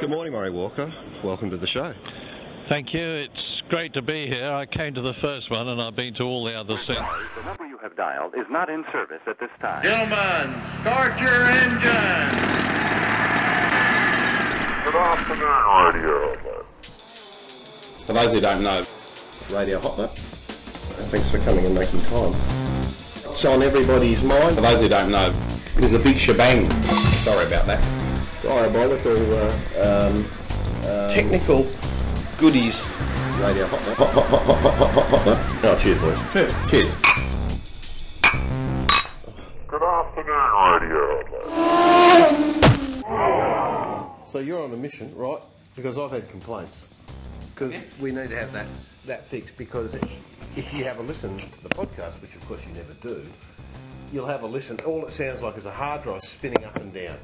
Good morning, Murray Walker. Welcome to the show. Thank you. It's great to be here. I came to the first one and I've been to all the others since. The number you have dialed is not in service at this time. Gentlemen, start your engines. Good afternoon, Radio Hotler. For those who don't know, Radio Hotler. Thanks for coming and making time. It's on everybody's mind. For those who don't know, it is a big shebang. Sorry about that. Diabolical uh, um, um, technical goodies. Radio hot, hot, hot, hot, hot, hot, hot, hot, hot. Oh, cheers, boys. Cheers. Good afternoon, Radio Hotler. So you're on a mission, right? Because I've had complaints. Because we need to have that, that fixed because if you have a listen to the podcast, which of course you never do, you'll have a listen. All it sounds like is a hard drive spinning up and down.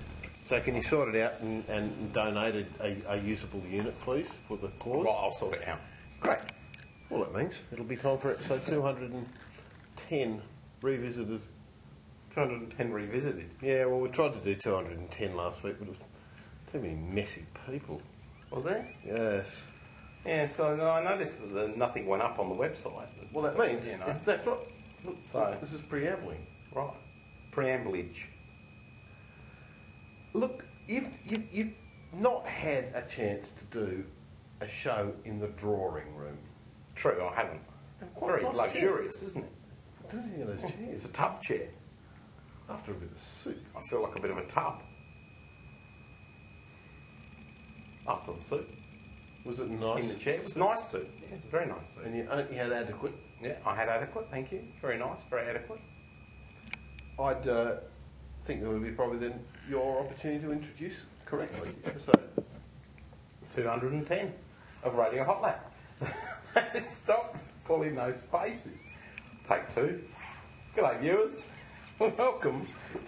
So can you sort it out and, and donate a, a, a usable unit, please, for the cause? Right, I'll sort it out. Great. All it means, it'll be time for episode 210 revisited. 210 revisited. Yeah, well, we tried to do 210 last week, but it was too many messy people. Was there? Yes. Yeah, so no, I noticed that the, nothing went up on the website. Well, that means You know. that's not. Look, So- this is preambling. Right. Preamblage. Look, you've, you've, you've not had a chance to do a show in the drawing room. True, I haven't. quite Very a nice luxurious, isn't it? Don't any of those It's a chairs. tub chair. After a bit of soup. I feel like a bit of a tub. After the soup. Was it nice? In the chair. It was nice soup. Yeah, it's a very nice soup. And you, uh, you had adequate. Yeah, I had adequate, thank you. Very nice, very adequate. I'd uh, think that would be probably then your opportunity to introduce correctly episode. 210 of Radio Hot Lab. Stop pulling those faces. Take two. G'day, viewers. Welcome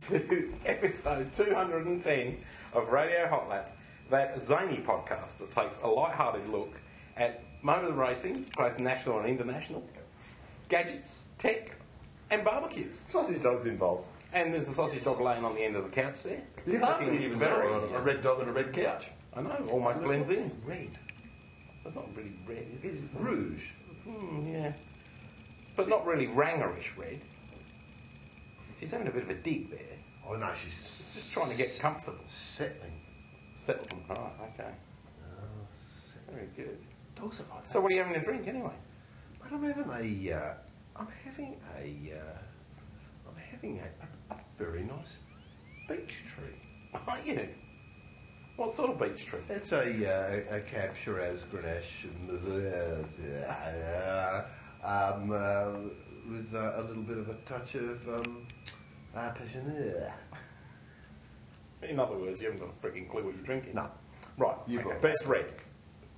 to episode 210 of Radio Hot Lap, that zany podcast that takes a light-hearted look at motor racing, both national and international, gadgets, tech, and barbecues. Sausage dog's involved. And there's a sausage dog laying on the end of the couch there. You Looking hardly even very- know a red dog and a red couch. I know, almost blends in. Red. It's not really red, is it? It's rouge. Mm, yeah. But not really rangerish red. She's having a bit of a dig there. Oh no, she's Just trying to get comfortable. settling. Settled. Right, okay. Very good. Dogs are like that. So what are you having to drink anyway? But I'm having a, uh, I'm having a, uh, I'm having a, a, a very nice beech tree. Are you? What sort of beach tree? It's a, uh, a Cab Shiraz Grenache uh, um, uh, with uh, a little bit of a touch of um, uh, passionate. In other words, you haven't got a freaking clue what you're drinking. No. Right. You've okay. got- But it's red.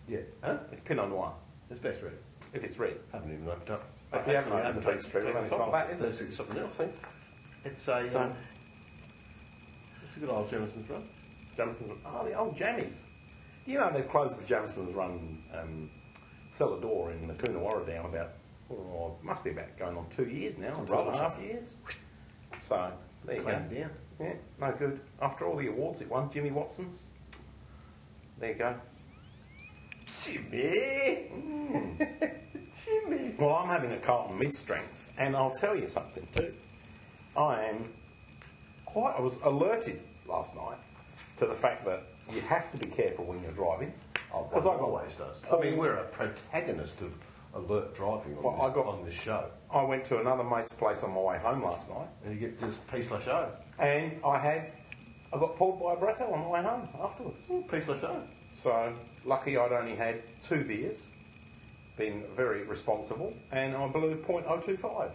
Yeah, huh? It's Pinot Noir. It's best red. If it's red. haven't even opened up. If you haven't opened the beech tree, then it's not that, is it? It's something else, eh? It's a, So- um, it's a good old Jameson's rum. Jamison's. Oh, the old Jammies. You know, they closed the Jamison's Run um, cellar door in the Coonawarra down about, oh, must be about going on two years now, Control twelve and a half shop. years. So, there you Clammed go. down. Yeah, no good. After all the awards it won, Jimmy Watson's. There you go. Jimmy! Mm. Jimmy! Well, I'm having a Carlton mid strength, and I'll tell you something too. I am quite. I was alerted last night to the fact that you have to be careful when you're driving. Oh, Because one I got- always does. I mean, we're a protagonist of alert driving on, Well, this, I got- on this show. I went to another mate's place on my way home last night, And you get this P slash O. and I had I got pulled by a breatho on the way home afterwards. P slash O. So lucky I'd only had two beers, been very responsible, and I blew .025.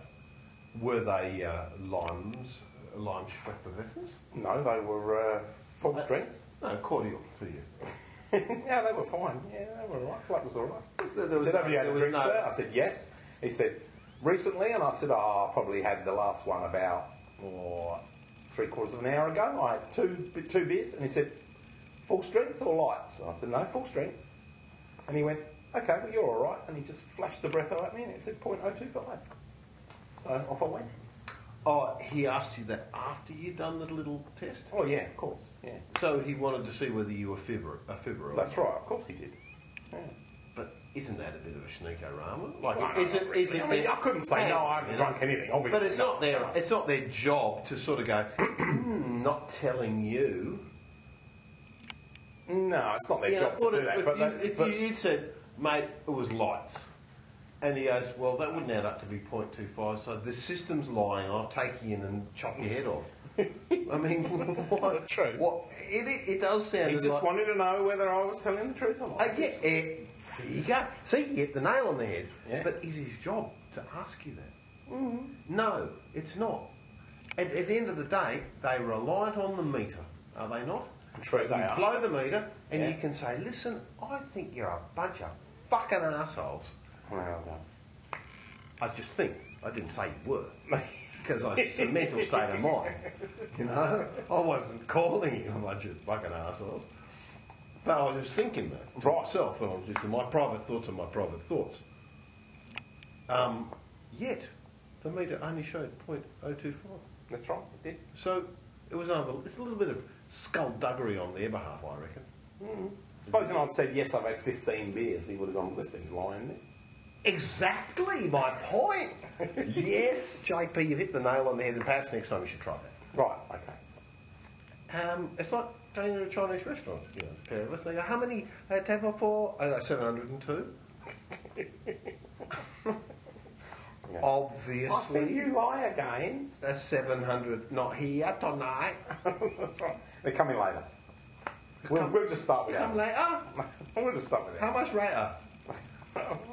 Were they uh, limes, lime schwepperwessels? No, they were uh, full strength. No, cordial to you. yeah, they were fine. Yeah, they were all right. Blood was all right. There- there was he said, "Have no- you had there a was drink, no- sir?" I said, "Yes." He said, "Recently," and I said, "Oh, I probably had the last one about or three quarters of an hour ago. I had two two beers." And he said, "Full strength or lights?" I said, "No, full strength." And he went, "Okay, well you're all right." And he just flashed the breath out at me, and it said .025. So off I went. Oh, he asked you that after you'd done the little test? Oh, yeah, of course. Yeah. So he wanted to see whether you were fibber, a fibber or That's right, of course he did. Yeah. But isn't that a bit of a sneakorama? Like, Well, is no, it? not Is really. it I mean, their- I couldn't say, Hang no, on. I haven't drunk anything, obviously. But it's No, not their. no. It's not their job to sort of go. "Hmm, not telling you. No, it's not their You know, job what to if- do that. if But, you- they- if but you'd said, mate, it was lights. And he goes, well, that wouldn't add up to be 0.25, so the system's lying. I'll take you in and chop your head off. I mean, what? True. What? It, it, it does sound he as just like, wanted to know whether I was telling the truth or not. Uh, yeah, eh, there you go. See, you hit the nail on the head. Yeah. But is his job to ask you that? No, it's not. At, at the end of the day, they are reliant on the meter, are they not? True, they you are. blow the meter, and Yeah. you can say, "Listen, I think you're a bunch of fucking assholes." Well, uh, no. I just think. I didn't say you were. Because it's a mental state of mind. You know? I wasn't calling you a bunch of fucking assholes. But I was just thinking that to Right. myself. And I was just, my private thoughts are my private thoughts. Um, yet, the meter only showed 0.025. That's right, it did. So, it was another, it's a little bit of skullduggery on their behalf, I reckon. Supposing I'd said, yes, I've had 15 beers, he would have gone, this thing's lying. isn't it?" Exactly my point. yes, JP, you've hit the nail on the head, and perhaps next time you should try that. Right, okay. Um, it's like going to a Chinese restaurant. You know, there's a pair of us. They go, how many uh, table for? Uh, Seven hundred and two. I think Obviously, you lie again. that's seven hundred. Not here tonight. That's right. They're coming later. We'll, we'll just start with Come that. later. We'll just start with How that. Uh, much later?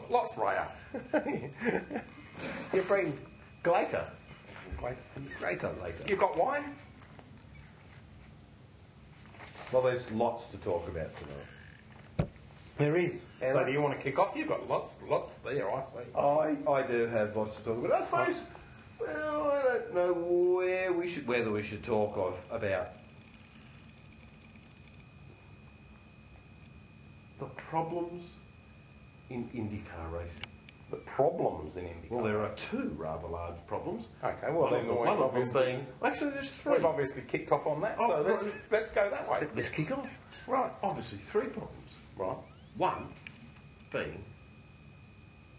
Lots later. You bring glater. Wait. Greater later. You've got wine? Well, there's lots to talk about tonight. There is. And so I- do you want to kick off? You've got lots, lots there, I see. I, I do have lots to talk about. I suppose, well, I don't know where we should, whether we should talk of, about the problems in IndyCar racing. The problems in India. Well, there are two rather large problems. Okay, well, one of then them, we've one of them obviously- being well, actually there's three. We've obviously kicked off on that, Oh, so let's, right. let's go that way. Let's kick off. Right. Obviously, three problems. Right. One being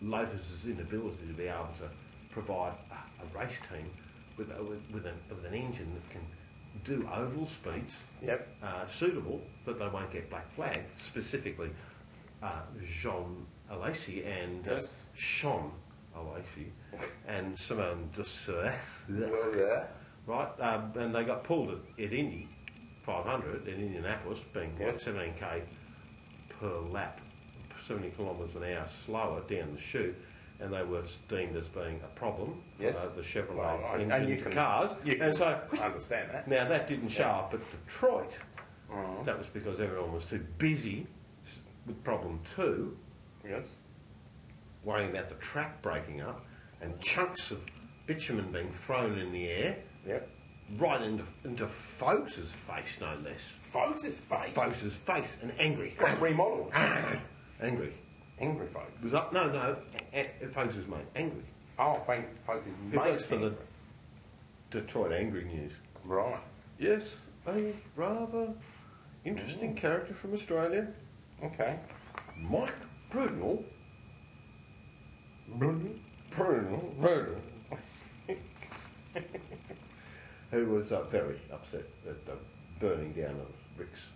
Lotus's inability to be able to provide a, a race team with, a, with, with, an, with an engine that can do oval speeds Yep. uh, suitable that they won't get black flagged, specifically uh, Jean Alacy and uh, Yes. Sean Alacy and Simone Dussert. Well, yeah. right? Um, and they got pulled at, at Indy 500 in Indianapolis, being Yeah. like 17k per lap, 70 kilometres an hour slower down the chute, and they were deemed as being a problem Yes. for uh, the Chevrolet Well, I- engine and you to can- cars. you can and so, understand that. Uh-huh. Now that didn't show up at Detroit. That was because everyone was too busy s- with problem two Yes. worrying about the track breaking up and chunks of bitumen being thrown in the air, Yep. right into into Folks's face, no less. Folks is fake. Folks's face, and angry, Ah, Got remodeled. angry. Angry folks. It was up, no, no, a- Folks's mate, angry. Oh, thank folks is He works for the amazing. Detroit Angry News. Right. Yes, a rather Mm. interesting character from Australia, Okay. Mike Brunel. Brunel? Brunel, Brunel. Who was uh, very upset at the burning down of Rick's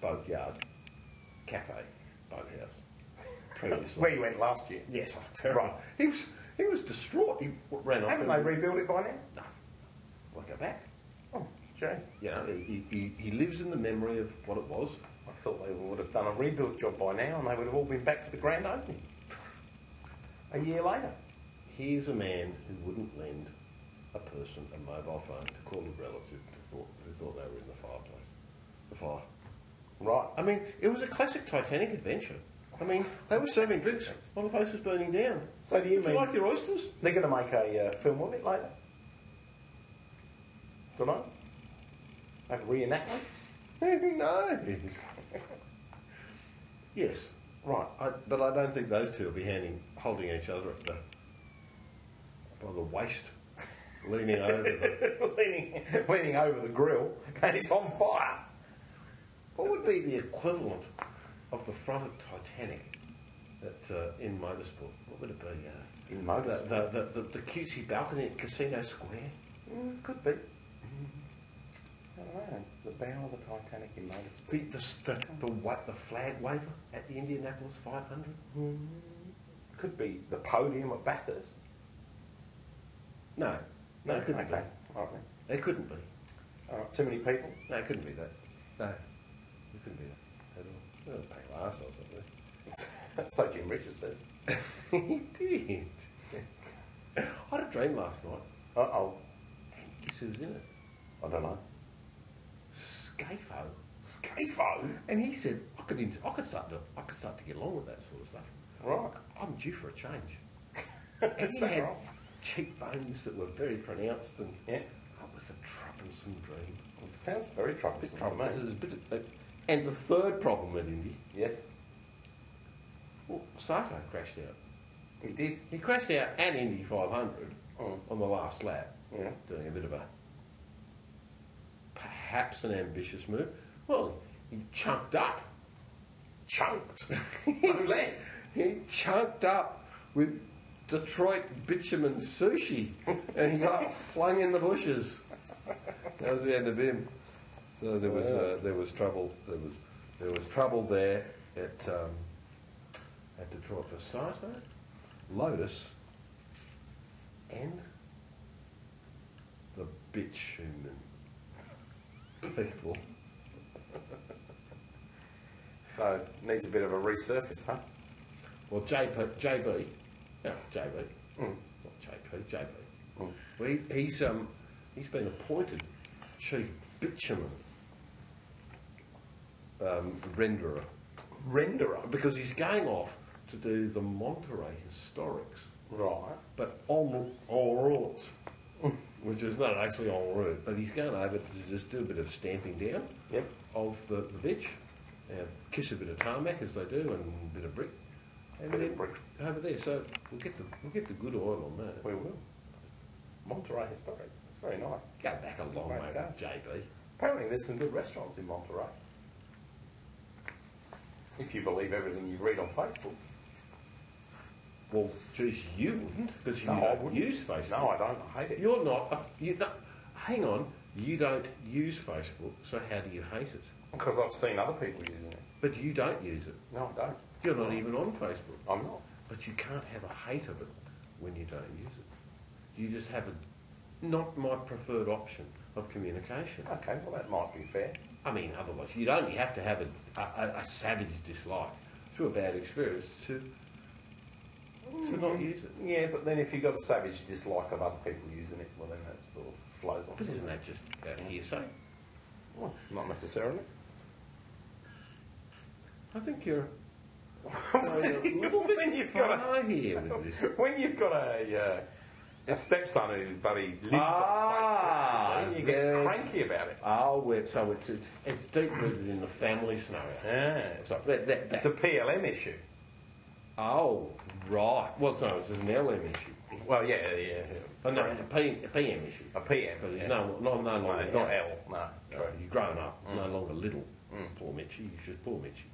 boatyard cafe, boathouse, previously. Where you went last year. Yes, oh, terrible. Right. He was he was distraught. He w- ran off. Haven't they rebuilt it by now? no, we'll go back. Oh, Jay. You know, he, he, he lives in the memory of what it was. I thought they would have done a rebuild job by now and they would have all been back for the grand opening. A year later. Here's a man who wouldn't lend a person a mobile phone to call a relative to thought, who thought they were in the fireplace, the fire. Right. I mean, it was a classic Titanic adventure. I mean, they were serving drinks while the place was burning down. So do you Would mean- you like your oysters? They're going to make a uh, film of it later. Don't know. Like reenactments. no. yes, Right. I, but I don't think those two will be handing, holding each other at the by the waist leaning over. the- leaning, leaning over the grill, and it's on fire. What would be the equivalent of the front of Titanic at, uh, in motorsport? What would it be? Uh, In The, the, the, the, the cutesy balcony at Casino Square? Mm, could be. I don't know. The bow of the Titanic in motorsport. The, the, s- the, the, wa- the flag waver at the Indianapolis 500? Could be the podium at Bathurst. No. No, it couldn't okay. All right. be. It couldn't be. All right. Too many people. No, it couldn't be that. No. It couldn't be that at all. It was a pale arsehole, something. That's so Jim Richards says. he did. I had a dream last night. Uh oh. Guess who was in it? I don't know. Scafo. Scafo. And he said, I could, ins- I could start to, I could start to get along with that sort of stuff. Right. I'm due for a change. And Is he that had right? cheekbones that were very pronounced, and Yeah. that was a troublesome dream. Sounds very troublesome. to me. It was a bit of- uh, and the third problem at Indy, Yes. well, Sato crashed out. He did. He crashed out at Indy 500 Mm. on the last lap, Yeah. doing a bit of a perhaps an ambitious move. Well, he chunked up. Chunked. no less. He chunked up with Detroit bitumen sushi and he got flung in the bushes. That was the end of him. So there was uh, there was trouble there was there was trouble there at um, at Detroit for Sato, Lotus, and the bitumen people. So needs a bit of a resurface, huh? Well, JP, JB, no, JB, not JP, JB. Well, he, he's um, he's been appointed chief bitumen um, renderer Renderer. because he's going off to do the Monterey Historics, Right. but on en route, which is not actually en route, but he's going over to just do a bit of stamping down Yep. of the, the bitch, and kiss a bit of tarmac as they do, and a bit of brick, and Bit of then brick. over there. So we'll get the we'll get the good oil on that. We will. Monterey Historic. It's very nice. Go back a long Right, way go. with JB. Apparently, there's some good restaurants in Monterey. If you believe everything you read on Facebook. Well, geez, you wouldn't because you No, I don't wouldn't. use Facebook. No, I don't. I hate it. You're not. A, you no, hang on. You don't use Facebook, so how do you hate it? Because I've seen other people using it. But you don't use it. No, I don't. You're not even on Facebook. I'm not. But you can't have a hate of it when you don't use it. You just have a not my preferred option of communication. Okay, well, that might be fair. I mean, otherwise, you'd only have to have a, a, a savage dislike through a bad experience to to not Mm. use it. Yeah, but then if you've got a savage dislike of other people using it, well, then that sort of flows on. But isn't that just uh, hearsay? Well, not necessarily. I think you're going a little When bit you've got far here with this. When you've got a uh, a stepson who buddy lives Ah, on Facebook, you see, you there- get cranky about it. Oh, we so it's it's it's deep rooted in the family scenario. Yeah, So that, that, it's that. a PLM issue. oh right. Well, no, it's an LM issue. Well, yeah, yeah, yeah. Oh, no, it's a, P, a PM issue. a PM. Because yeah. it's no, no, no No, longer it's not yeah. Mm. L. No, No, true. You've grown up, no longer little. Poor Mitchy, he's just poor Mitchy.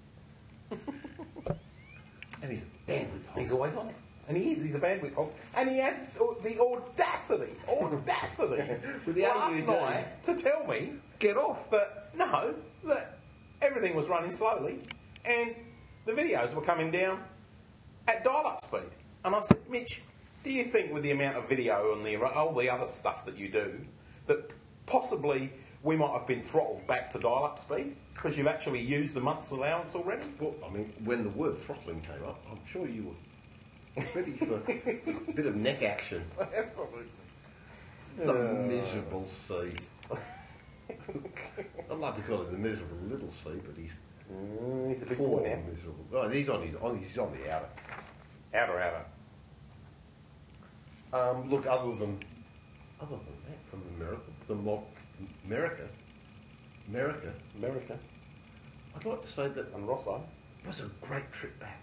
and he's a bandwidth hog. He's always on it. And he is, he's a bandwidth hog. And he had au- the audacity, audacity, With the AUD. last night to tell me, get off, that no, that everything was running slowly and the videos were coming down at dial-up speed. And I said, Mitch, do you think with the amount of video and the, all the other stuff that you do, that possibly we might have been throttled back to dial-up speed? Because you've actually used the month's allowance already? Well, I mean, when the word throttling came up, I'm sure you were ready for a bit of neck action. Absolutely. The miserable sea. I'd like to call him the miserable little sea, but he's Mm, he's a big poor boy now. miserable. Oh, he's on his on, he's on the outer. Outer, outer. Um, look, other than other than that, from America, the mo- America, America, America. I'd like to say that And Rosso. It was a great trip back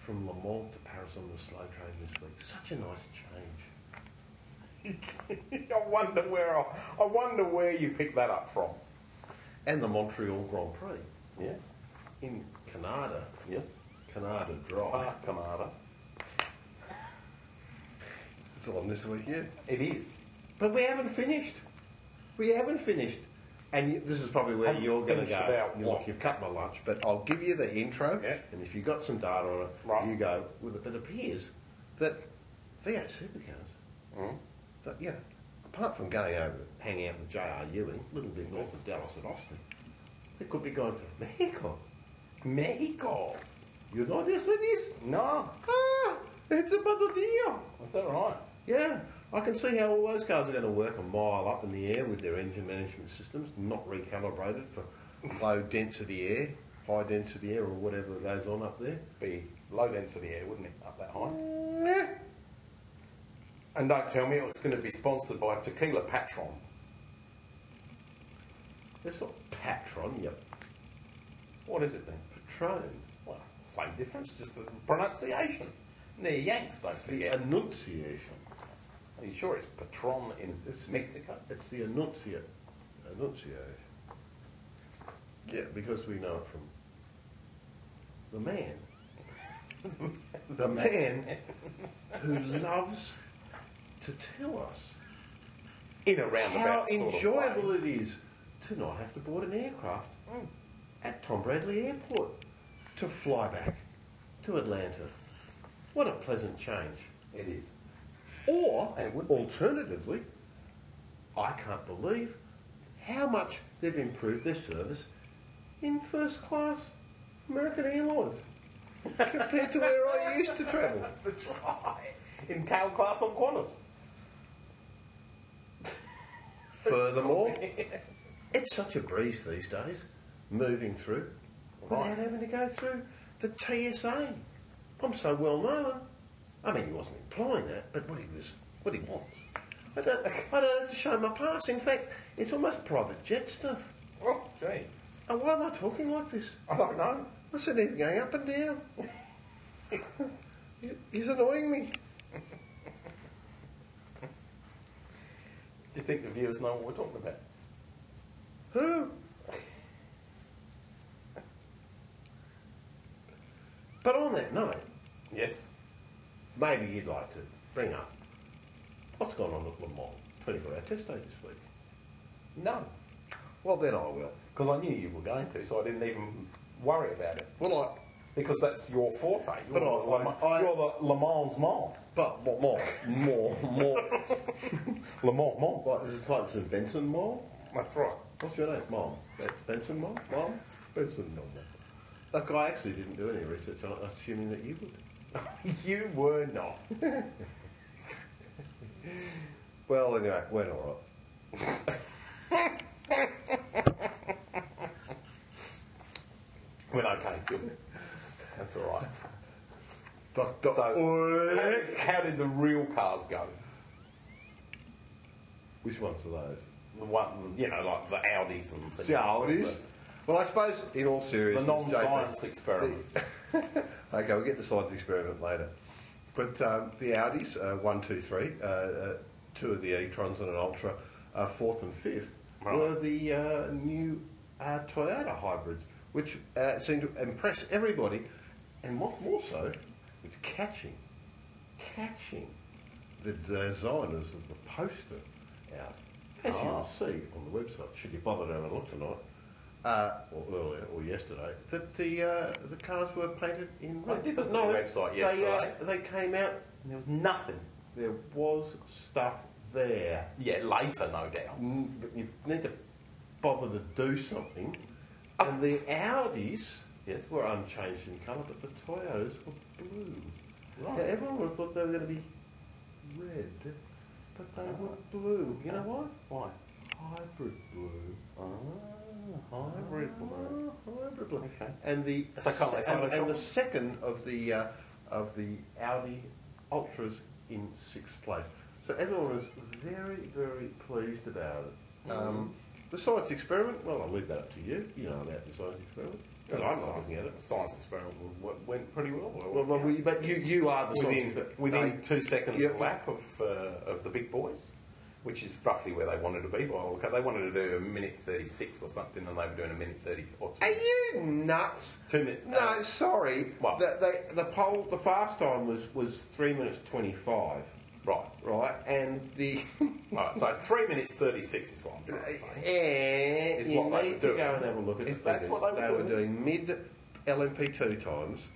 from Le Mans to Paris on the slow train this week. Such a nice change. I wonder where I, I wonder where you picked that up from. And the Montreal Grand Prix. Yeah. In Canada. Yes. Canada Drive. Ah, Canada. It's on this week, yeah. It is. But we haven't finished. We haven't finished. And you, this is probably where Haven't you're going to finished about go. You're what? like, you've cut my lunch, but I'll give you the intro. Yeah. And if you've got some data on it, Right. you go with it. But it appears that V8 supercars, Mm-hmm. that, yeah, apart from going over and hanging out with J.R. Ewing, a little bit north of Dallas and Austin, they could be going to Mexico. Mexico. You know this, ladies? No. Ah, it's a bundle deal. Is that right? Yeah, I can see how all those cars are going to work a mile up in the air with their engine management systems, not recalibrated for low density air, high density air, or whatever goes on up there. Be low density air, wouldn't it? Up that high. Nah. And don't tell me it's going to be sponsored by Tequila Patron. It's not Patron, you What is it then? Patron. Well, same difference, just the pronunciation. Near Yanks, don't The forget. Annunciation. Are you sure it's Patron in It's- Mexico? It's the Annunciate. Annunciation. Yeah, because we know it from the man. the man who loves to tell us In a roundabout. how sort of enjoyable way. it is to not have to board an aircraft Mm. at Tom Bradley Airport to fly back to Atlanta. What a pleasant change. it is. Or, It would be. alternatively, I can't believe how much they've improved their service in first class American Airlines compared to where I used to travel. That's right. In Cal Class on Qantas. Furthermore, it's such a breeze these days, moving through without Right. having to go through the TSA. I'm so well known. I mean, he wasn't implying that, but what he was, what he was. I don't, I don't have to show my pass. In fact, it's almost private jet stuff. Oh, gee. And why am I talking like this? I don't know. Listen, he's going up and down. He- He's annoying me. Do you think the viewers know what we're talking about? Who? But on that note, Yes. maybe you'd like to bring up what's gone on at Le Mans 24 hour test day this week. No. Well, then I will. Because I knew you were going to, so I didn't even worry about it. Well, I, Because that's your forte. But You're, the, I- Le Ma- I- you're the Le Mans man. but what more? More, more. Le Mans man. like, is it like St. Benson Mall? That's right. What's your name? Mom. Ben- Benson Mom? Mom? Benson Mom. Look, I actually didn't do any research on it, assuming that you would. You were not. Well, anyway, we're not right. Went okay, good. That's all right. Dr. So, how Ulrich. did, how did the real cars go? Which ones are those? The one, you know, like the Audis and things. The Audis. Well, I suppose in all The seriousness, non-science JP experiment. okay, we'll get the science experiment later. But um, the Audis, uh, one, two, three, uh, uh, two of the e-trons and an Ultra, uh, fourth and fifth, Right. were the uh, new uh, Toyota hybrids, which uh, seemed to impress everybody, and what's more so, it's catching, catching the designers of the poster out, as you will see on the website. Should you bother to have a look tonight? Uh, or earlier, or yesterday, that the uh, the cars were painted in I red. did look at no, the website they, yesterday. uh, they came out. There was nothing. There was stuff there. Yeah, later, no doubt. N- but You need to bother to do something. And the Audis Yes. were unchanged in colour, but the Toyotas were blue. Right. Now, everyone would have thought they were going to be red, but they were blue. You know what? Why? Hybrid blue. Oh, hybrid blue. Oh, Hybrid blue. Okay. And the So can't they and, and Photoshop the them? second of the uh, of the Audi Ultras in sixth place. So everyone was very very pleased about it. Um, The science experiment, well, I'll leave that up to you. You know about the science experiment. 'Cause I'm not looking at it. Science experiment w- went pretty well. Well, well we, but you, you are the science within, experiment. within No, two seconds yeah. lap of, uh, of the big boys, which is roughly where they wanted to be. Well, okay, they wanted to do a minute 36 or something, and they were doing a minute 30 or two. Are you nuts? Two minute- No, uh, sorry. What? The, the, the poll, the fast time was, was three minutes twenty-five, Right. right? And the Alright, so 3 minutes 36 is what I'm trying to say. Eh, and It's you what they need were to doing. go and have a look at If the that's figures. what they were were doing mid LMP two times,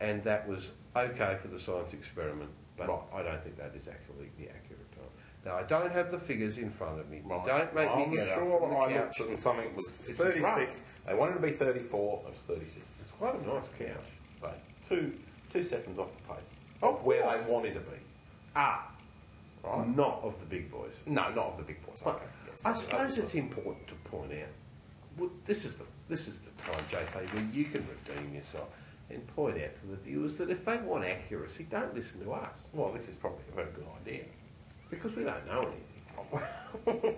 and that was okay for the science experiment. But Right. I don't think that is actually the accurate time. Now I don't have the figures in front of me. Right. Don't make I'm me get sure up from the I couch. looked at and something was It's 36. right. They wanted to be 34. It was 36. It's quite a nice couch. So it's two, two seconds off the pace Of of where course. they wanted to be. Ah, Right. not of the big boys. No, not of the big boys. But Okay, yes. I suppose it's important to point out. Well, this is the this is the time, JP, where you can redeem yourself and point out to the viewers that if they want accuracy, don't listen to us Well, this is probably a very good idea. because we don't know anything.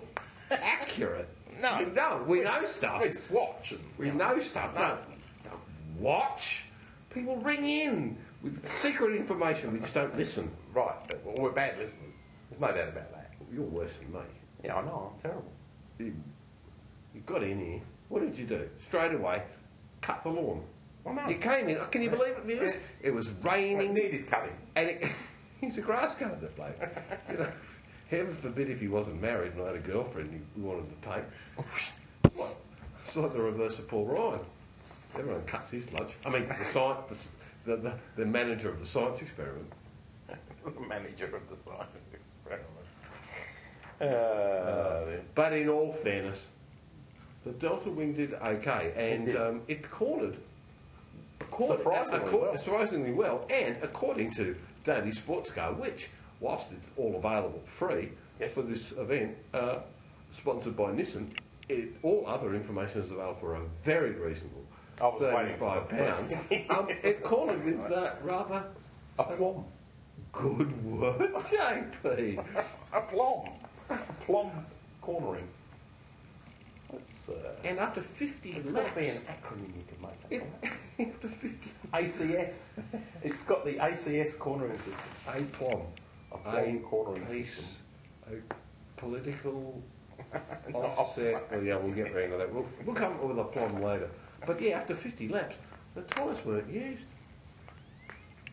Accurate? No, no, we know stuff. We just watch and We know stuff. No, don't watch. People ring in with secret information. We just don't listen. right, but well, we're bad listeners. There's no doubt about that. You're worse than me. Yeah, I know. I'm terrible. You, you got in here. What did you do? Straight away, cut the lawn. Well, no. You came in. Can you believe it, viewers? It was We raining, needed cutting. and it, he's a grass cutter, the bloke. You know, heaven forbid if he wasn't married and I had a girlfriend he wanted to take. What? It's like the reverse of Paul Ryan. Everyone cuts his lunch. I mean, the, science, the, the, the manager of the science experiment. the manager of the science experiment. Uh, then. But in all fairness, the Delta Wing did okay, and It did. Um, it cornered, cornered Surprisingly acco- well. surprisingly well. And according to Daily Sports Car, which, whilst it's all available free Yes. for this event, uh, sponsored by Nissan, it, all other information is available for a very reasonable I was waiting for thirty-five pounds. that. um, it cornered with uh, rather Aplomb. good work, JP. Aplomb. Aplomb cornering. That's, uh, and after fifty it's got to be an laps, acronym you can make. it, after fifty ACS. it's got the ACS cornering system. A plom. A plom cornering piece. A political offset. Oh, yeah, we'll get round to that. We'll, we'll come up with a plom later. But yeah, after 50 laps, the tyres weren't used.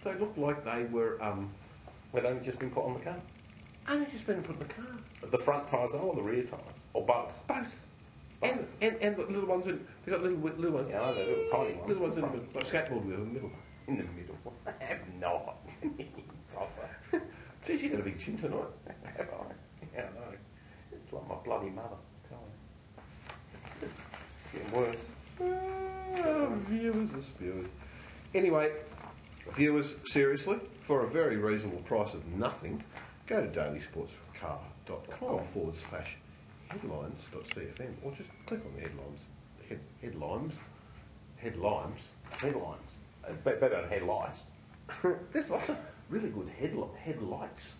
They looked like they were um, They'd only just been put on the car. only just been put in the car. The front tyres or the rear tyres? Or both? Both. And, and, and the little ones in, they got little, little ones. Yeah, I know, the little tiny ones Little in ones in the front. middle. Skateboard wheel in the middle. In the middle. I have not. Tosser. Geez, you got a big chin tonight. Have I? Yeah, I know. It's like my bloody mother. Tell me. Getting worse. Ah, viewers are viewers. Anyway, viewers, seriously, for a very reasonable price of nothing, go to dailysportscar.com forward slash headlines.cfm or just click on the headlines. Head, headlines. Headlines. Headlines. Uh, be- Better than headlights. There's lots of really good headli- headlights.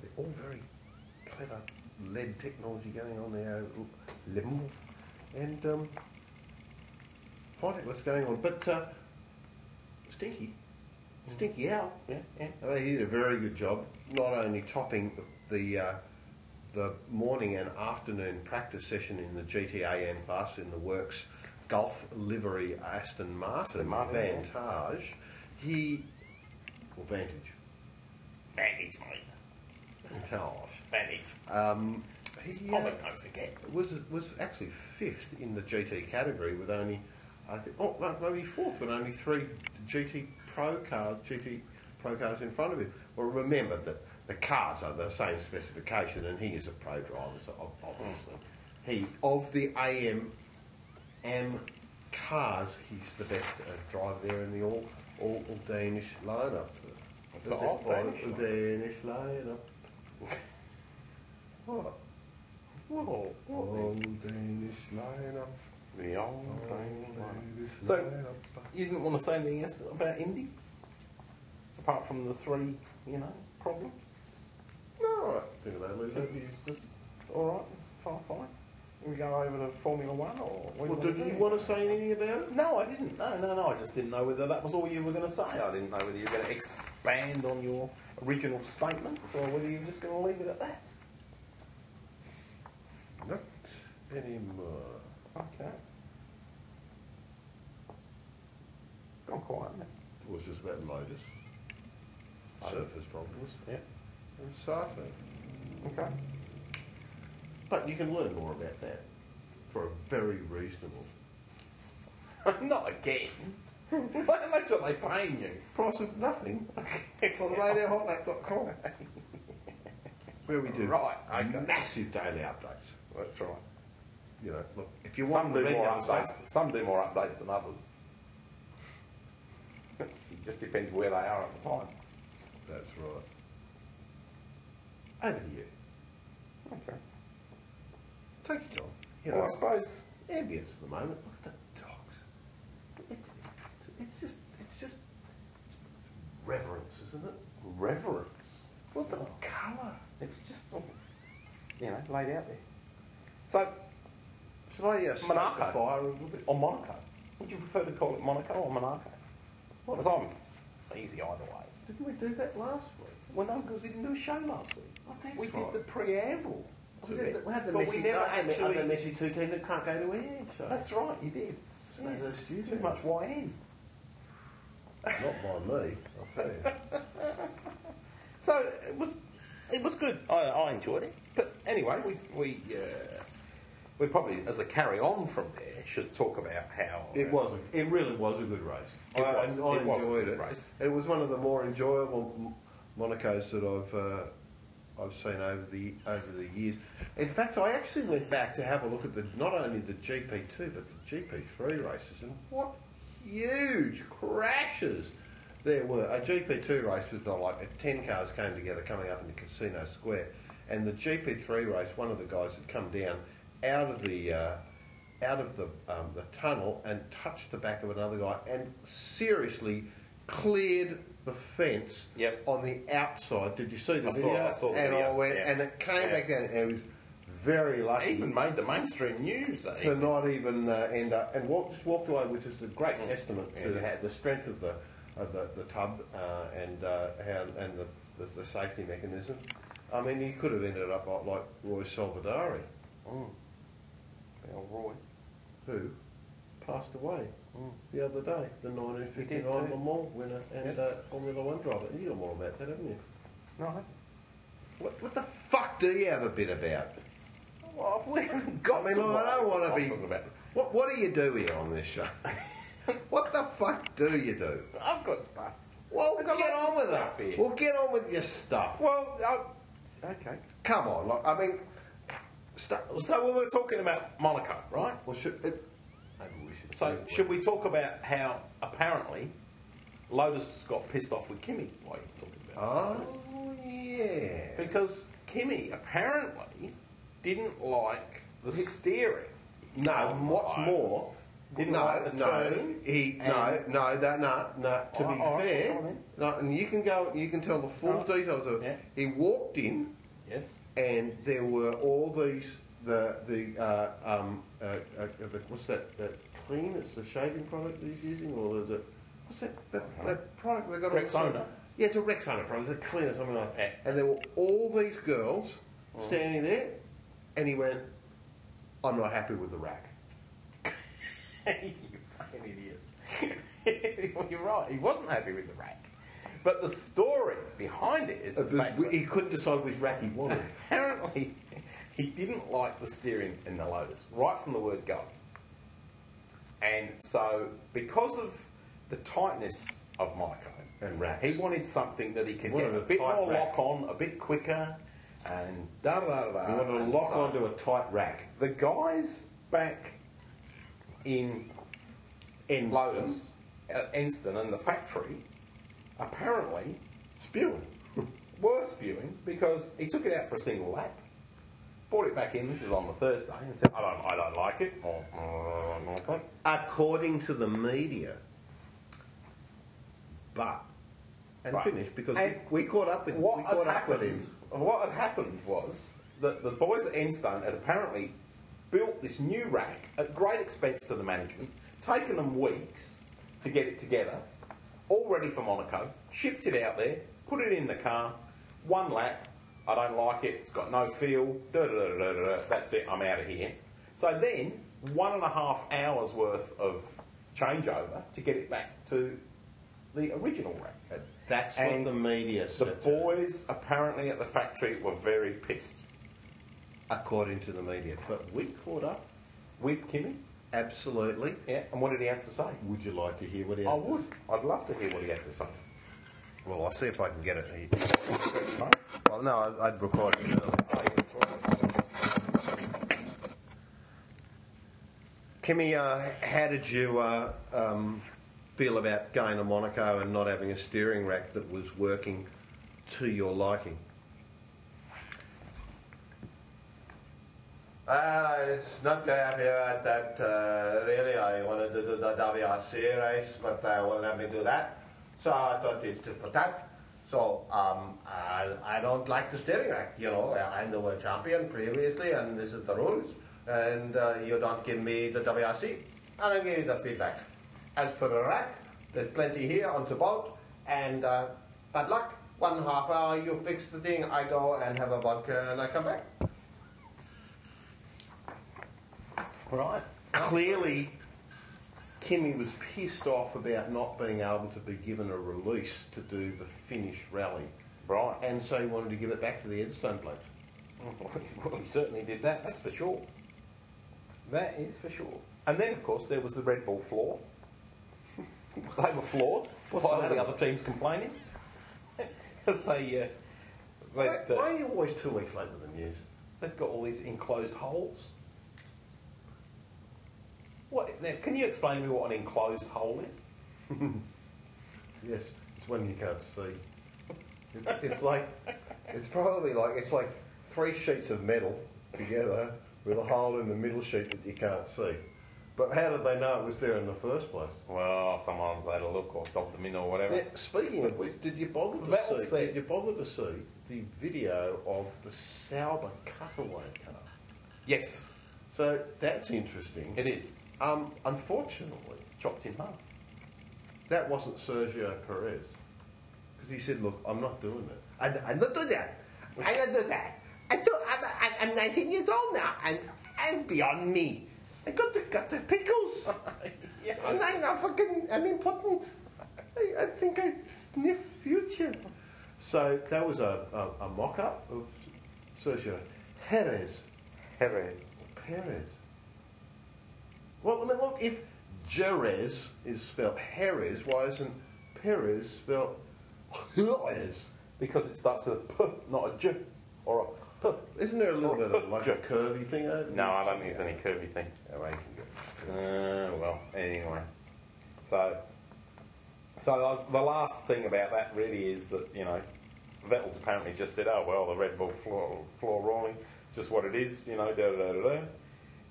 They're all very clever LED technology going on there. E Lim- And um, find out what's going on. But uh, Stinky, Stinky Owl, Yeah, yeah. I mean, he did a very good job, not only topping the uh, the morning and afternoon practice session in the GTAM class in the works golf livery Aston Martin, Aston Martin, yeah. Vantage. He well Vantage, Vantage, mate. Vantage. Vantage. Um, he uh, Comic, don't forget. was was actually fifth in the GT category with only I think oh well, maybe fourth with only three GT Pro cars GT Pro cars in front of him. Well, remember that the cars are the same specification, and he is a pro driver, so ob- obviously he of the AM M cars, he's the best uh, driver there in the all all, all Danish lineup. It's the all Danish lineup. Danish lineup. What? Whoa, whoa. All Danish lineup. The old all Danish line. Danish So, lineup. you didn't want to say anything else about Indy? Apart from the three, you know, problems? no, I think they lose it. It's just alright, it's fine, fine. we go over to Formula One or? what Well, do did you want to say anything about it? No, I didn't. No, no, no. I just didn't know whether that was all you were going to say. I didn't know whether you were going to expand on your original statements or whether you were just going to leave it at that. Not anymore. Okay. Gone quiet. hasn't it? It was just about Lotus. Surface problems. Yeah. And cycling. Okay. But you can learn more about that for a very reasonable Not again. Why much are they paying you? price of nothing Okay. on radiohotlap.com. Where we do Right, okay. massive daily updates. That's right. You know, look, if you want Some do the more regular updates. stuff- Some do more updates than others. it just depends where they are at the time. That's right. Over to you. Okay. Take your time. You know, Well, I suppose it's ambience at the moment. Look at the dogs. It's, it's, it's just, it's just reverence, isn't it? reverence. Look at the colour. It's just all, you know laid out there. So Should I uh, start the Monaco. fire a little bit? on Monaco, would you prefer to call it Monaco or Monaco? Well, as I'm easy either way. Didn't we do that last week? Well, no, because we didn't do a show last week. Oh, that's we right. did the preamble. We to did, it, but we had the but messy, we never I had the actually. other messy two team that can't go to air. So That's right, you did. So those two too teams. much YN. not by me. I'll tell you. So it was, it was good. I, I enjoyed it. But anyway, we we uh, we probably, as a carry on from there, should talk about how It was. A, it really was a good race. It I, was- I it was a enjoyed good it. race. It was one of the more enjoyable M- Monaco's that I've uh, I've seen over the over the years. In fact, I actually went back to have a look at the not only the GP two but the GP three races and what huge crashes there were. A GP two race was uh, like uh, ten cars came together coming up into Casino Square, and the GP three race. One of the guys had come down out of the. Uh, out of the, um, the tunnel and touched the back of another guy and seriously cleared the fence Yep. on the outside. Did you see the I saw- video? I saw the and I video, went, yeah. and it came Yeah. back down. And it was very lucky even made the mainstream news. eh? to not even uh, end up and walk, just walked away, which is a great Mm. testament to Yeah. ha- the strength of the of the, the tub uh, and uh, how, and the, the, the safety mechanism. I mean, you could have ended up like- like Roy Salvadori, Mm. Well, Roy. Mm. who passed away the other day, the did 1959 too. Le Mans winner and Yes. uh, Formula One driver. You know more about that, haven't you? No. What, what the fuck do you have a bit about? Well, we haven't got I mean, to I don't what want to I'm be. talking about. What What do you do here on this show? what the fuck do you do? I've got stuff. Well, I've got get lots of on with stuff it. here. Well, get on with your stuff. Well, I, okay. Come on, like, I mean, stuff. So we were talking about Monaco, right? Well, should it, maybe we should. So should we talk about how apparently Lotus got pissed off with Kimmy? Why are you talking about? Oh yeah. Because Kimmy apparently didn't like the steering. No, and what's Right. more. Didn't no, like the no, turning, he, no, and- no, that, no, no. To Alright, be alright, fair, go on then. no, and you can go, you can tell the full Alright. details of. Yeah. He walked in, Yes. and there were all these the the uh, um, uh, uh, the, what's that that clean? It's the shaving product that he's using, or is it what's that that, that product they got? on the Uh-huh. Rexona. side? Yeah, it's a Rexona product. It's a clean or something like that. Yeah. Oh. And there were all these girls standing there, and he went, "I'm not happy with the rack." you fucking idiot. well, you're right. He wasn't happy with the rack, but the story behind it is Uh, the fact but that He couldn't decide which rack he wanted. apparently he didn't like the steering in the Lotus right from the word go. And so, because of the tightness of Monaco, And racks. he wanted something that he could Wanted get a a bit tight more rack. lock on, a bit quicker, and da da da. he wanted to lock onto a tight rack. The guys back in Ends Lotus, at Enston, and the factory apparently spewing. were spewing because he took it out for a single lap, brought it back in. This is on the Thursday, and said, "I don't, I don't like it." Or, "Mm, I don't like it." according to the media. But and Right. finished because And we, we caught up with What we had caught up with happened? him. What had happened was that the boys at Enstone had apparently built this new rack at great expense to the management, taken them weeks to get it together, all ready for Monaco, shipped it out there, put it in the car, one lap, I don't like it, it's got no feel, da da da da da, da, that's it, I'm out of here. So then, one and a half hours worth of changeover to get it back to the original rack. That's And what the media The said, uh, boys apparently at the factory were very pissed according to the media. But we caught up, with Kimmy. absolutely. Yeah, and what did he have to say? Would you like to hear what he I has to would. say? I'd love to hear what he had to say. Well, I'll see if I can get it. here. Well, no, I- I'd recorded it earlier. Kimmy, uh, how did you uh, um, feel about going to Monaco and not having a steering rack that was working to your liking? Uh, it's not going to happen about that. Uh, really, I wanted to do the WRC race, but they won't let me do that. So I thought it's just a tap. So um, I, I don't like the steering rack. You know, I- I'm the world champion previously, and this is the rules. And uh, you don't give me the WRC. I don't give you the feedback. As for the rack, there's plenty here on the boat, and uh, bad luck. One half hour, you fix the thing. I go and have a vodka, and I come back. Right. Clearly, Kimmy was pissed off about not being able to be given a release to do the finish rally. Right. And so he wanted to give it back to the Edstone bloke. well, he certainly did that, that's for sure. That is for sure. And then, of course, there was the Red Bull flaw. they were flawed. What's the Why were the matter? other teams complaining? Because they, uh, they, Why, they, why are you always two weeks late with the news? they've got all these enclosed holes. What, now, can you explain to me what an enclosed hole is? Yes, it's one you can't see. It- It's like, it's probably like, it's like three sheets of metal together with a hole in the middle sheet that you can't see. But how did they know it was there in the first place? Well, someone's had a look or dumped them in or whatever. Now, speaking of which, did you bother to That'll see? see. Did you bother to see the video of the Sauber cutaway car? Yes, So that's interesting. it is. Um, unfortunately, Chopped in half. that wasn't Sergio Perez because he said, "Look, I'm not doing that. I, I'm not doing that. I don't do that. I do, I'm, I'm 19 years old now, and it's beyond me. I got the got the pickles. I'm not, not fucking. I'm important. I, I think I sniff future. So that was a, a, a mock-up of Sergio Perez. Perez. Perez. Well, I mean, look, if Jerez is spelt Jerez, why isn't Perez spelt Jerez? Because it starts with a P, not a J, or a P. Isn't there a little bit of like a curvy thing over there? No, I don't think there's any curvy thing. Oh, I can get Uh, well, anyway. So, so the last thing about that really is that you know, Vettel's apparently just said, "Oh well, the Red Bull floor, floor rolling, just what it is," you know, da da da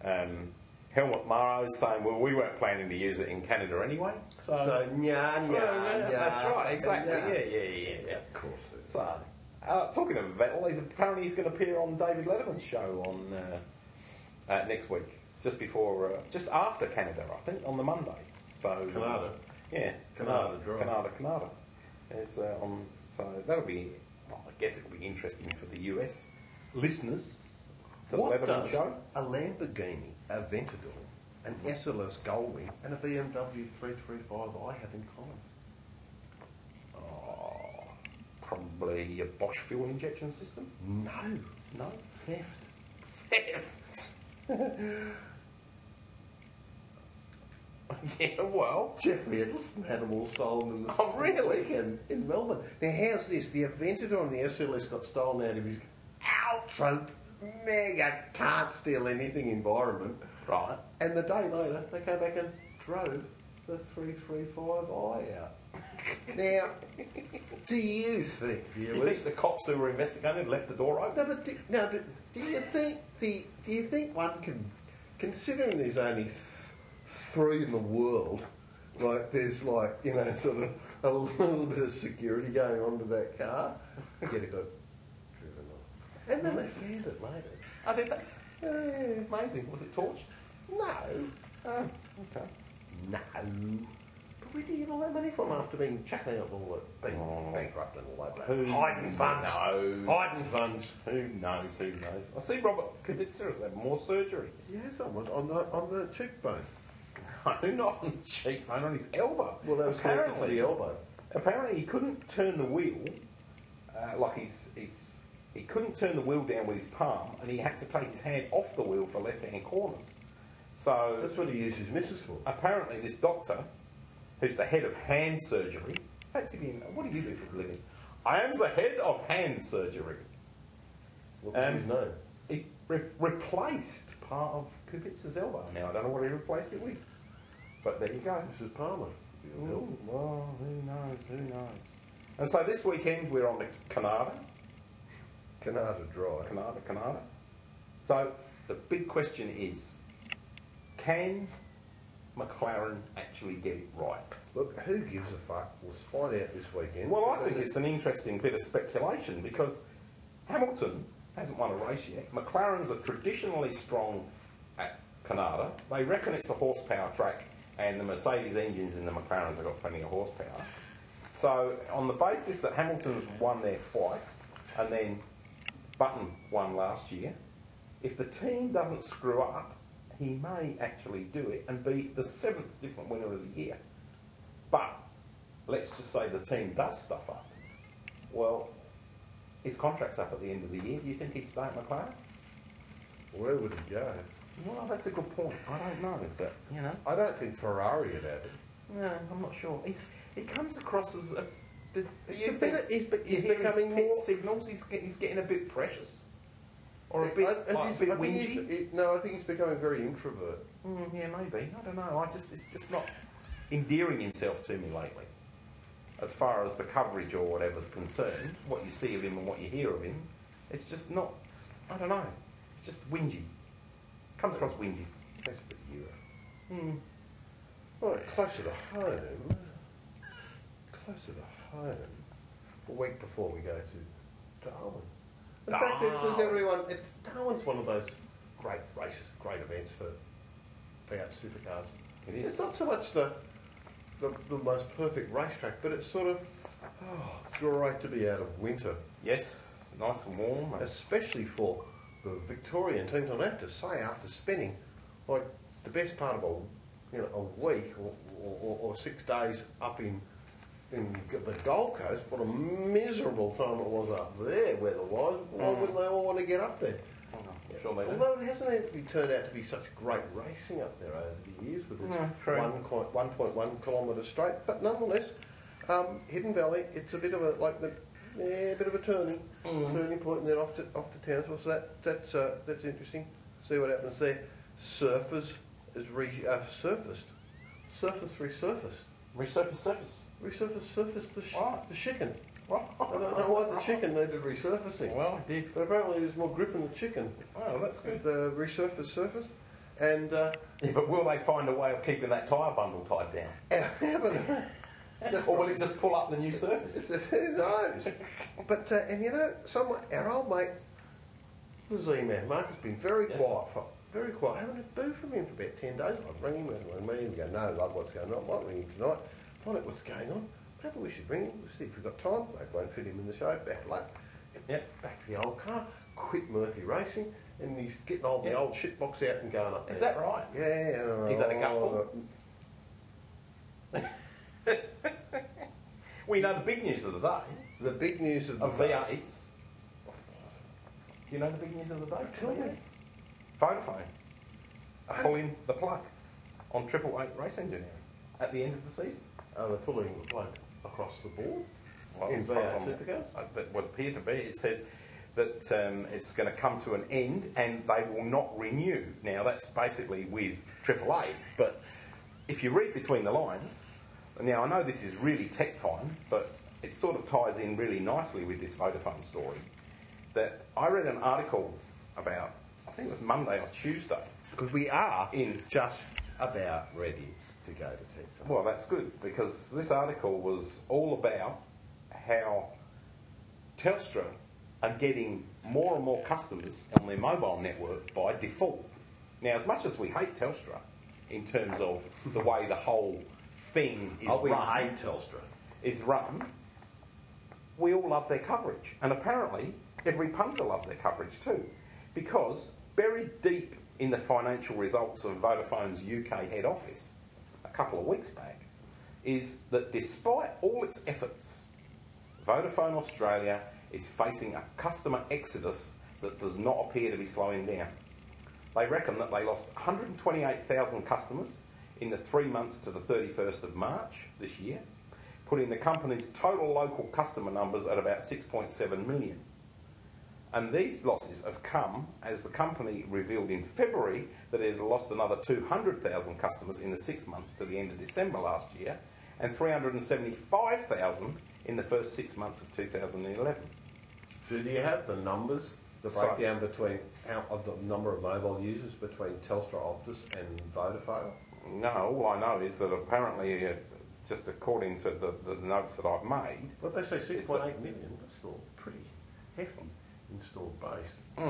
da. Um, Helmut Maro's saying, "Well, we weren't planning to use it in Canada anyway." So, So, yeah, Yeah, Oh, yeah, yeah, Uh, that's right, exactly. yeah. Yeah, yeah, yeah, yeah. Of course. it's- So, uh, talking of Vettel, he's apparently he's going to appear on David Letterman's show on uh, uh, next week, just before, uh, just after Canada, I think, on the Monday. So, Canada? yeah, Uh, Canada Drive. Canada, Canada. It's, uh, on, so that'll be, well, I guess it'll be interesting for the US listeners. to The What Letterman does show. a Lamborghini, a Aventador, an SLS Goldwing, and a BMW 335i have in common? Oh, probably a Bosch fuel injection system. No, No, theft. theft. yeah, well, Jeffrey Edelston had them all stolen in the Oh, really? weekend in Melbourne. Now, how's this? The Aventador on the SLS got stolen out of his ultra mega can't steal anything environment. right. And the day later, they came back and drove the 335i out. now, do you think, You viewers, think the cops who were investigating left the door open? no, but do, no, but do you think the do you think one can, considering there's only th- three in the world, like there's like you know sort of a little bit of security going on with that car, yet it got driven off, and then they found it later. I did that. Amazing. Was it torch? No. Uh, okay. No. But where do you get all that money from after being chucking out all the being bankrupt and all that? Oh. Who Hiding funds. knows? Hiding funds. Who knows? Who knows? I see Robert Kubitzer's had more surgery. Yes, I want on the on the cheekbone. No, not on the cheekbone, on his elbow. Well, that was connected to the elbow. Apparently, he couldn't turn the wheel. Uh, like he's, he's, he couldn't turn the wheel down with his palm, and he had to take his hand off the wheel for left-hand corners. So That's what he uses missus for. apparently, this doctor, who's the head of hand surgery, fancy being. What do you do for a living? I am the head of hand surgery. What was Um, his name? He re- replaced part of Kubitz's elbow. Now I don't know what he replaced it with, but there you go. Mrs. Palmer. Ooh, well, who knows? Who knows? And so this weekend we're on the Canada, Canada Dry. Canada, Canada. So the big question is, can McLaren actually get it right? Look, who gives a fuck? We'll find out this weekend. Well, I think it's an interesting bit of speculation because Hamilton hasn't won a race yet. McLarens are traditionally strong at Canada. They reckon it's a horsepower track, and the Mercedes engines in the McLarens have got plenty of horsepower. So, on the basis that Hamilton's won there twice, and then Button won last year, if the team doesn't screw up, he may actually do it and be the seventh different winner of the year. But let's just say the team does stuff up. Well, his contract's up at the end of the year. Do you think he'd stay at McLaren? Where would he go? Well, that's a good point. I don't know, but you know, I don't think Ferrari would have it. no, I'm not sure. He's he comes across as a. Did, do He's a you bit think- of- he's be- you he's hear his becoming pit more- signals. He's, get, he's getting a bit precious, or a I- bit, I- I like, a think bit he's- I think he's- whingy. he- no, I think he's becoming very introvert. Mm, yeah, maybe. I don't know. I just it's just not endearing himself to me lately. As far as the coverage or whatever's concerned, what you see of him and what you hear of him, it's just not. I don't know. It's just whingy. Comes across whingy. That's a bit Euro. Hmm. All right, closer to home. Closer to home. A week before we go to Darwin. In fact, it was everyone. It, Darwin's one of those great races, great events for for our supercars. It is. It's not so much the, the the most perfect racetrack, but it's sort of oh, great to be out of winter, Yes, nice and warm. and- especially for the Victorian teams. And I have to say, after spending like the best part of a you know a week or, or, or- or six days up in in G- the Gold Coast, what a miserable time it was up there weather-wise. Why wouldn't they all want to get up there? Sure they do. Although it hasn't actually turned out to be such great racing up there over the years with its No, true. one co- 1.1 kilometre straight, but nonetheless, um, Hidden Valley, it's a bit of a like the yeah, a bit of a turning turning point, and then off to off to Townsville. So that that's uh, that's interesting. See what happens there. Surfers is re uh, surfaced, surface resurfaced, Resurface surface. resurfaced, surfaced the sh- Right. the chicken. I Well, don't know why the chicken needed resurfacing. well, I did. But apparently there's more grip in the chicken. Oh, that's good. The resurfaced uh, surface. And uh, Yeah, but will they find a way of keeping that tyre bundle tied down, heaven. That's or will right. it just pull up the new surface? uh, Who knows? But, uh, and you know, someone, our old mate, the Z-Man, Mark, has been very Yes. quiet for, very quiet. I haven't heard a boo from him for about 10 days. I'd ring him and ring him and go, no, love, what's going on? I might ring him tonight, find out what's going on. Maybe we should ring him, we'll see if we've got time. Maybe it won't fit him in the show, bad luck. Yep. Back to the old car, quit Murphy Racing, and he's getting all the Yeah. old shit box out and going up Is there. that right? Yeah. He's had a gutful? We know the big news of the day. The big news of the of day- V8s. Do you know the big news of the day? Tell me. Vodafone are pulling the plug on Triple Eight Race Engineering at the end of the season. Are they uh, pulling the plug across the board? In as far V8 as I'm- Supercars? uh, But what appear to be, it says that um, it's going to come to an end and they will not renew. Now that's basically with Triple Eight, but if you read between the lines, now I know this is really tech time, but it sort of ties in really nicely with this Vodafone story. That I read an article about, I think it was Monday or Tuesday. Because we are In- just about ready to go to Team Summer. Well, that's good because this article was all about how Telstra are getting more and more customers on their mobile network by default. Now, as much as we hate Telstra in terms of the way the whole thing is Oh, we run, hate Telstra. is run, we all love their coverage. And apparently, every punter loves their coverage too. Because buried deep in the financial results of Vodafone's UK head office a couple of weeks back is that despite all its efforts, Vodafone Australia is facing a customer exodus that does not appear to be slowing down. They reckon that they lost 128,000 customers in the three months to the 31st of March this year, putting the company's total local customer numbers at about 6.7 million. And these losses have come as the company revealed in February that it had lost another 200,000 customers in the six months to the end of December last year and 375,000 in the first six months of 2011. So do you have the numbers, the Sorry. breakdown between how, of the number of mobile users between Telstra, Optus, and Vodafone? No, all I know is that apparently, uh, just according to the, the notes that I've made, What they say, six It's point the- eight million. That's still pretty hefty installed base.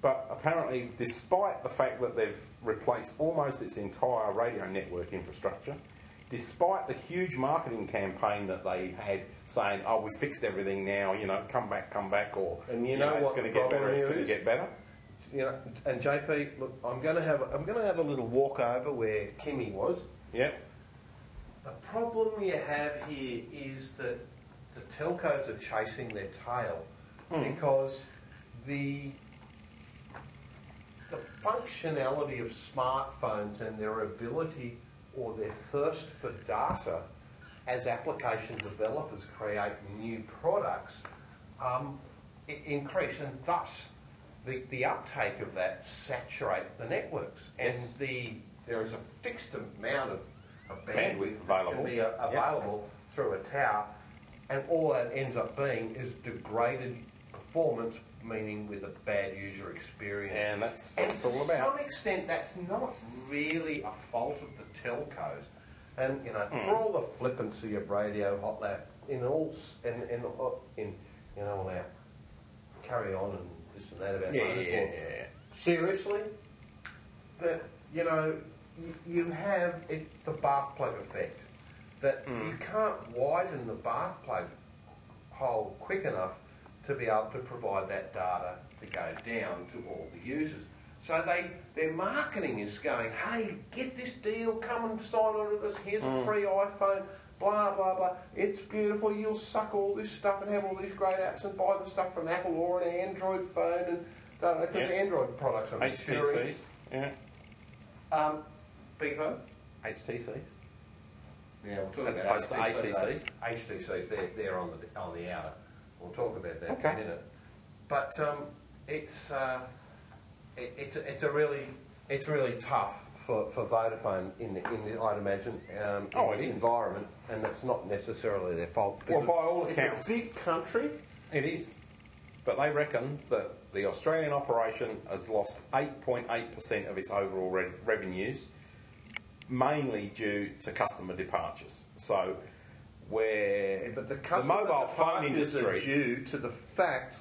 But apparently, despite the fact that they've replaced almost its entire radio network infrastructure, despite the huge marketing campaign that they had saying, "Oh, we fixed everything now," you know, come back, come back, or And you know it's what going the to get problem better, it's here going to is? get better. You know, and JP, look, I'm going to have a, I'm going to have a little walk over where Kimmy was. Yep. The problem you have here is that the telcos are chasing their tail because the the functionality of smartphones and their ability or their thirst for data as application developers create new products um, i- increase and thus the, the uptake of that saturate the networks and Yes. the there is a fixed amount of, of Bandwidth bandwidth available. can be a- Yeah. available through a tower, and all that ends up being is degraded performance, meaning with a bad user experience. And that's what And it's all about. To some extent, that's not really a fault of the telcos. And you know, Hmm. for all the flippancy of radio hot lap in all s- in in uh, in you know all our carry on and this and that about Yeah, motorsport. yeah, yeah, yeah. Seriously, that you know y- you have it, the bath plug effect that you can't widen the bath plug hole quick enough to be able to provide that data to go down to all the users. So they their marketing is going, hey, get this deal, come and sign on to this. Here's a free iPhone. Blah blah blah. It's beautiful. You'll suck all this stuff and have all these great apps and buy the stuff from Apple or an Android phone and because Yeah. Android products are maturing. HTCs. Yeah. Um, Beepo. HTCs. Yeah, we'll talk As about opposed to HTCs. HTCs, they're, they're on the on the outer. We'll talk about that in Okay. a minute. But um, it's uh, it, it's it's a really it's really tough for, for Vodafone in the, in the I'd imagine um, in Oh, it this is. environment, and that's not necessarily their fault. Well, because by all it's accounts. a big country. It is. But they reckon that the Australian operation has lost 8.8% of its overall re- revenues, mainly due to customer departures. So, where But the customer mobile phone departures are industry. due to the fact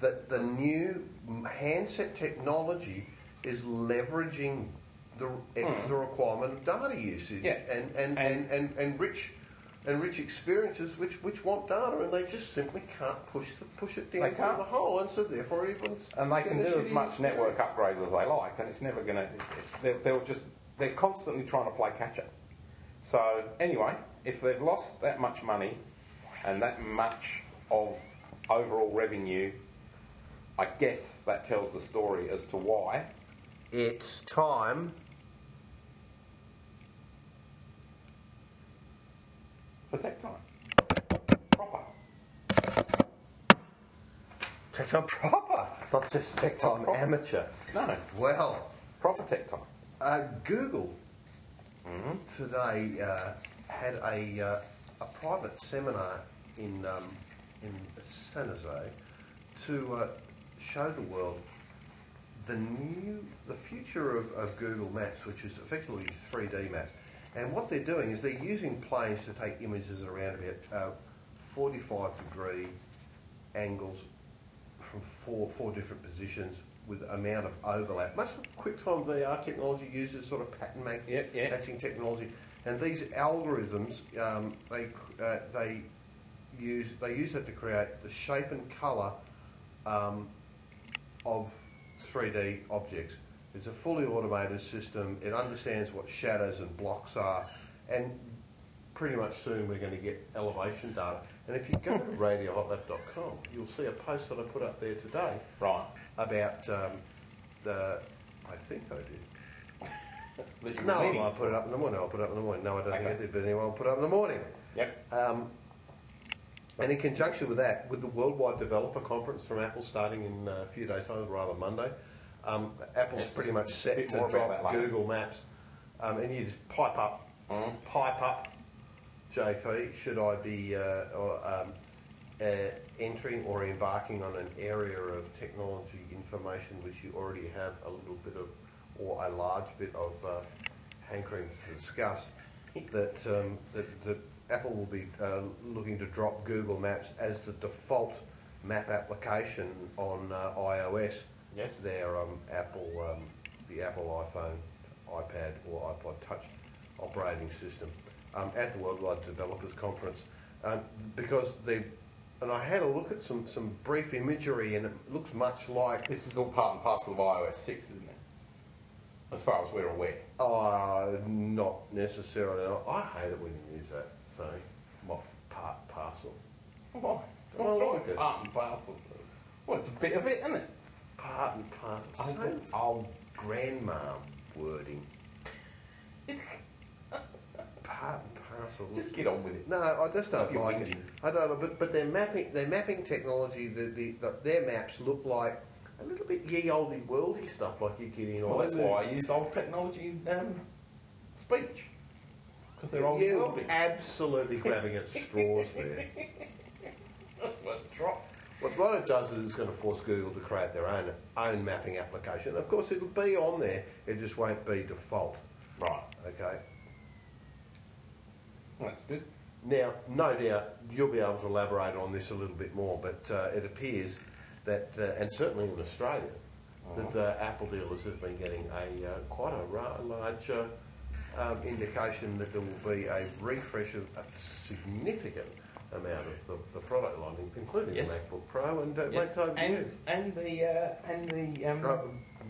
that the new m- handset technology is leveraging the, eh, the requirement of data usage Hmm. Yeah. and, and, and, And- and, and rich and rich experiences which, which want data and they just simply can't push the, push it down They through can't. the hole and so therefore everyone's and they can getting a do as shitty much network experience. upgrades as they like, and it's never going to. They're, they're just they're constantly trying to play catch up. So anyway, if they've lost that much money and that much of overall revenue, I guess that tells the story as to why It's time. for tech time. Proper. Tech time proper, not just tech time Proper. amateur. No, Well, proper tech time. Uh, Google today uh, had a, uh, a private seminar in, um, in San Jose to uh, show the world the new the future of, of Google Maps, which is effectively 3D maps. And what they're doing is they're using planes to take images around about uh, 45 degree angles from four four different positions with amount of overlap. Much like QuickTime VR technology uses sort of pattern make, Yep, yeah. matching technology, and these algorithms um, they uh, they use they use it to create the shape and colour um, of 3D objects. It's a fully automated system. It understands what shadows and blocks are, and pretty much soon we're going to get elevation data. And if you go to radiohotlab.com, you'll see a post that I put up there today Right. about um, the. I think I did. That you were No, I leading. might put it up in the morning. I'll put it up in the morning. No, I don't think I Okay. did, but anyway, I'll put it up in the morning. Yep. Um, and in conjunction with that, with the Worldwide Developer Conference from Apple starting in uh, a few days' time, rather Monday, um, Apple's Yes. pretty much set Bit to more about drop that later. Mm. Google Maps, um, and you just pipe up, pipe up, JP. Should I be uh, or, um, uh, entering or embarking on an area of technology information which you already have a little bit of, or a large bit of uh, hankering to discuss? That, um, that that Apple will be uh, looking to drop Google Maps as the default map application on uh, iOS Yes. their um, Apple, um, the Apple iPhone, iPad, or iPod Touch operating system um, at the Worldwide Developers Conference um, because they. And I had a look at some, some brief imagery, and it looks much like This is all part and parcel of iOS 6, isn't it? As far as we're aware. uh, not necessarily. I hate it when you use that. So, my part parcel, Why? Well, What's I wrong like with it. Part and parcel. Well, it's a bit of it, isn't it? part and parcel. I Same don't- old grandma wording. part and parcel. Just get on with it. No, I just don't Not your like it. Indian. I don't know, but, but their mapping, their mapping technology, the, the, the, their maps look like a little bit ye olde worldy stuff like you get in Well, on that's why I use old technology in um, speech. Because they're old You're buildings. absolutely grabbing at straws there. That's worth a drop. But what it does is it's going to force Google to create their own own mapping application. And of course, it'll be on there. It just won't be default. Right. Okay. That's good. Now, no doubt you'll be able to elaborate on this a little bit more, but uh, it appears that, uh, and certainly in Australia, Uh-huh. that uh, Apple dealers have been getting a uh, quite a ra- large uh, um, indication that there will be a refresh of a significant amount of the, the product line, including Yes. the MacBook Pro and uh, Yes. MacBook And, Air. and the, uh, and the, um, Uh,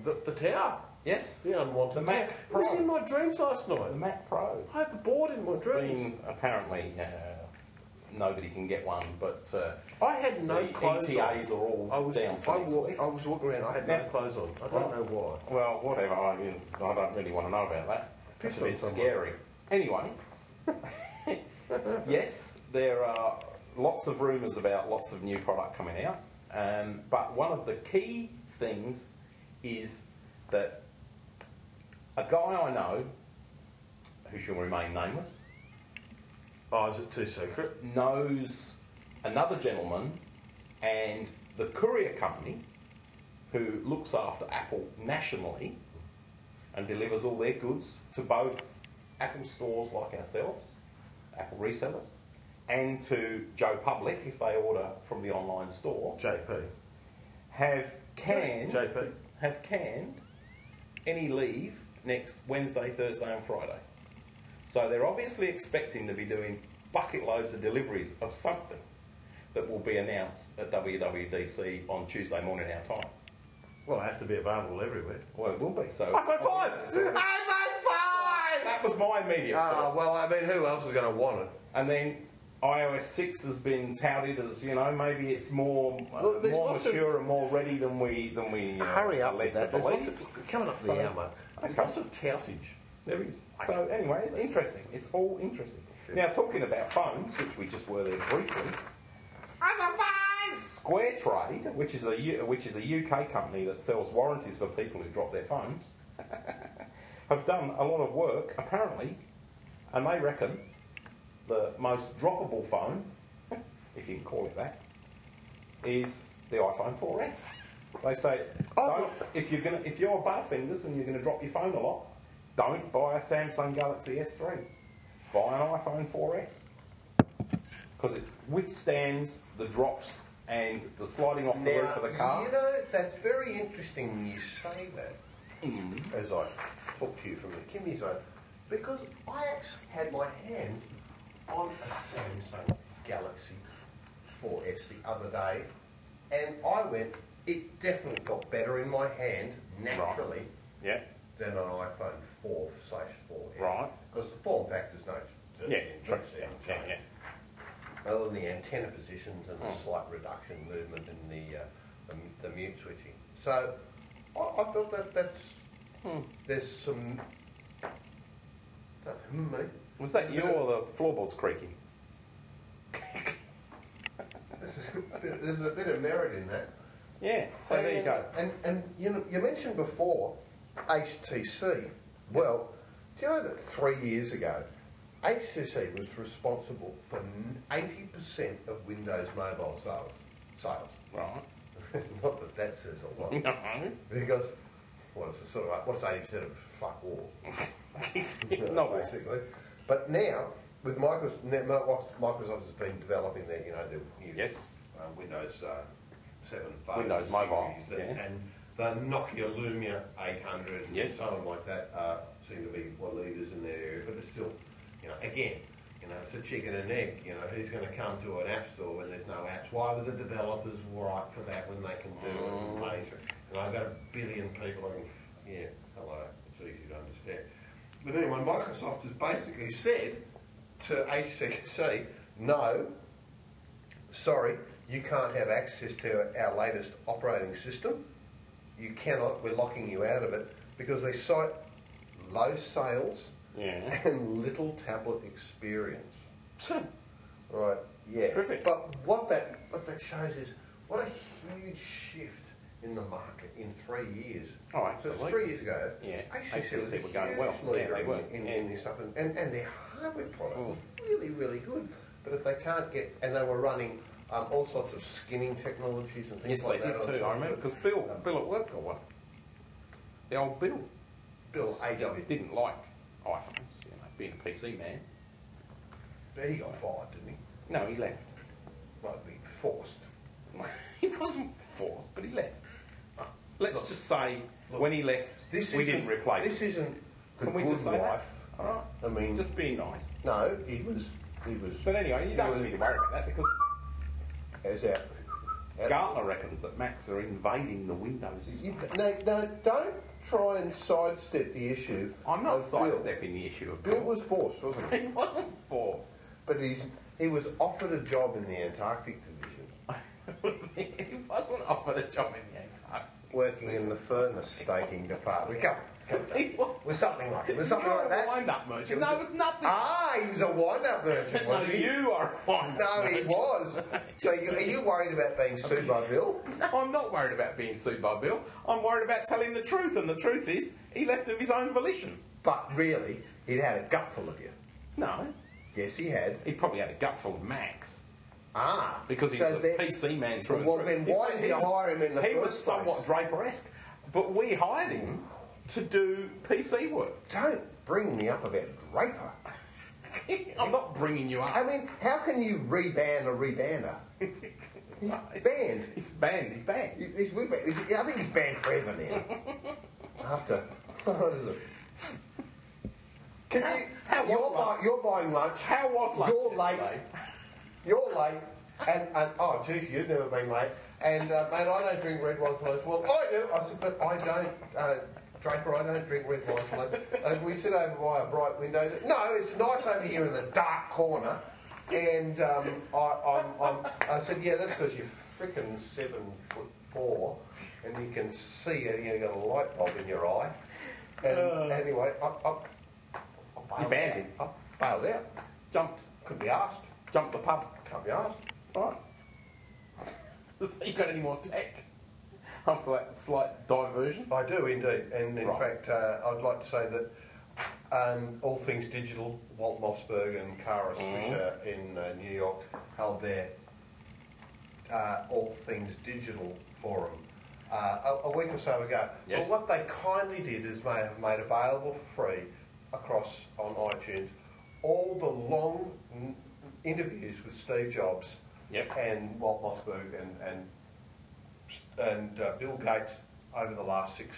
the, the tower, yes, the unwanted The Mac tower. Pro. It was in my dreams last night. the Mac Pro. I had the board in my I dreams. mean, apparently uh, nobody can get one, but uh, I had no The clothes ETAs on. are all I was, down for I, next wa- week. I was walking around. I had no Yeah. clothes on. I don't Right. know why. well, whatever. I, mean, I don't really want to know about that. It's Piss a on bit someone. scary. Anyway, yes, there are lots of rumours about lots of new product coming out, um, but one of the key things is that a guy I know, who shall remain nameless, Oh, is it too secret? knows another gentleman and the courier company who looks after Apple nationally and delivers all their goods to both Apple stores like ourselves, Apple resellers, and to Joe Public if they order from the online store, JP. have canned, JP. have canned any leave next Wednesday, Thursday, and Friday. So they're obviously expecting to be doing bucket loads of deliveries of something that will be announced at WWDC on Tuesday morning our time. Well, it has to be available everywhere. Well, it will be. So iPhone 5! iPhone 5! that was my immediate Ah, thought. well, I mean, who else is going to want it? And then iOS six has been touted as you know maybe it's more uh, Look, there's more lots of- mature and more ready than we than we uh, led to There's believe. lots of, coming up to So- the hour, mate. There's Okay. lots of toutage. There is. So anyway, it's interesting. It's all interesting. Now talking about phones, which we just were there briefly. Square Trade, which is a U- which is a UK company that sells warranties for people who drop their phones, have done a lot of work apparently, and they reckon the most droppable phone, if you can call it that, is the iPhone 4S. They say, don't, if you're gonna, if you're butterfingers and you're going to drop your phone a lot, don't buy a Samsung Galaxy S3. Buy an iPhone 4S because it withstands the drops And The sliding off the now, roof of the car. You know, that's very interesting you say that Mm. as I talk to you from the Kimmy zone because I actually had my hands on a Samsung Galaxy 4S the other day and I went, it definitely felt better in my hand naturally Yeah. than an iPhone 4 slash 4S. Right. Because the form factor's no Yeah, no true. Yeah, change. yeah, yeah. Other than the antenna positions and the Hmm. slight reduction movement in the, uh, the, m- the mute switching. So I, I felt that that's Hmm. there's some. That, hmm, mate. Was that you or the floorboards creaking? There's a bit- there's a bit of merit in that. Yeah, so Oh, there you And- go. And, and you, know, you mentioned before HTC. Well, do you know that three years ago, HTC was responsible for n- 80% of Windows mobile sales. sales. Right. Not that that says a lot. Because, what is it, sort of like, what's 80% of fuck all? No. basically. But now, with Microsoft, Microsoft has been developing their, you know, their new Yes. uh, Windows uh, 7 phone Windows Mobile, series that- yeah. and the Nokia Lumia 800 and Yes. something like that uh, seem to be the leaders in their area. But it's still, you know, again, you know, it's a chicken and egg. You know, who's going to come to an app store when there's no apps? Why were the developers right for that when they can do it and pay for it? And I've got a billion people. I can, yeah, hello, it's easy to understand. But anyway, Microsoft has basically said to HCC, no, sorry, you can't have access to our latest operating system. You cannot, we're locking you out of it because they cite low sales Yeah. and little tablet experience. right, yeah. Perfect. But what that, what that shows is what a huge shift in the market in three years. Oh, So absolutely. three years ago, Yeah, HTC was a HTC were going huge well. Yeah, leader they in- were. Oh. in, in, Yeah. this stuff, and, and, and their hardware product was really, really good. But if they can't get, and they were running um, all sorts of skinning technologies and things Yes, they like that. did on too. top I of remember it. because Bill, Um, Bill at work got one. The old Bill Bill AW, didn't like iPhones. You know, being a PC man. he got fired, didn't he? No, he left. Might be forced. he wasn't forced, but he left. Let's Look. just say Look. when he left, This we isn't- didn't replace. This him. isn't the Can we good just say life. that? All right. I mean, just be nice. no, he was, he was. But anyway, you don't need to worry about that because as out. out- Gartner reckons that Macs are invading the Windows. You, no, no, don't try and sidestep the issue. I'm not of Bill. sidestepping the issue of Bill Bill. was forced, wasn't he? He wasn't forced. But he's he was offered a job in the Antarctic division, he wasn't offered a job in the Antarctic. working in the furnace staking department. Come, come He was. was something like was something You're like a that. wind-up merchant. was No, it was nothing. Ah, he was a wind-up merchant, no, was he? you are one. No, he was. So you, are you worried about being sued by Bill? No, I'm not worried about being sued by Bill. I'm worried about telling the truth, and the truth is, he left of his own volition. But really, he'd had a gutful of you. No, Yes, he had. he probably had a gutful of Macs Ah, because he so was a then- PC man through Well, and then through. why In fact, did you he was- hire him in the He was first place? somewhat Draper-esque, but we hired him to do PC work. Don't bring me up about Draper. I'm not bringing you I up. mean, how can you reban a rebanner? He's banned. He's banned. He's banned. He's, he's, been banned. He's- I think he's banned forever now. After what is it? Can you, How- how you're, was buy, lunch? you're buying lunch. How was lunch You're late. yesterday? You're late. And, and oh, gee, you've never been late. And uh, mate, I don't drink red wine for lunch. Well, I do. I said, but I don't. Uh, Draper, I don't drink red wine for lunch. And we sit over by a bright window. That, no, it's nice over here in the dark corner. And um, I, I'm, I'm, I said, yeah, that's because you're freaking seven foot four, and you can see it. You've got a light bulb in your eye. And anyway, I, I, I You bailed banned out. him. I bailed out. Jumped. Could be asked. Jumped the pub. Can't be asked. Alright. so you got any more tech? After that slight diversion? I do indeed, and in Right. fact, uh, I'd like to say that um, all things digital, Walt Mossberg and Kara Mm-hmm. Swisher in uh, New York held their uh, all things digital forum uh, a, a week or so ago. Yes. But what they kindly did is they have made available for free across on iTunes all the long n- interviews with Steve Jobs Yep. and Walt Mossberg and and and uh, Bill Gates over the last six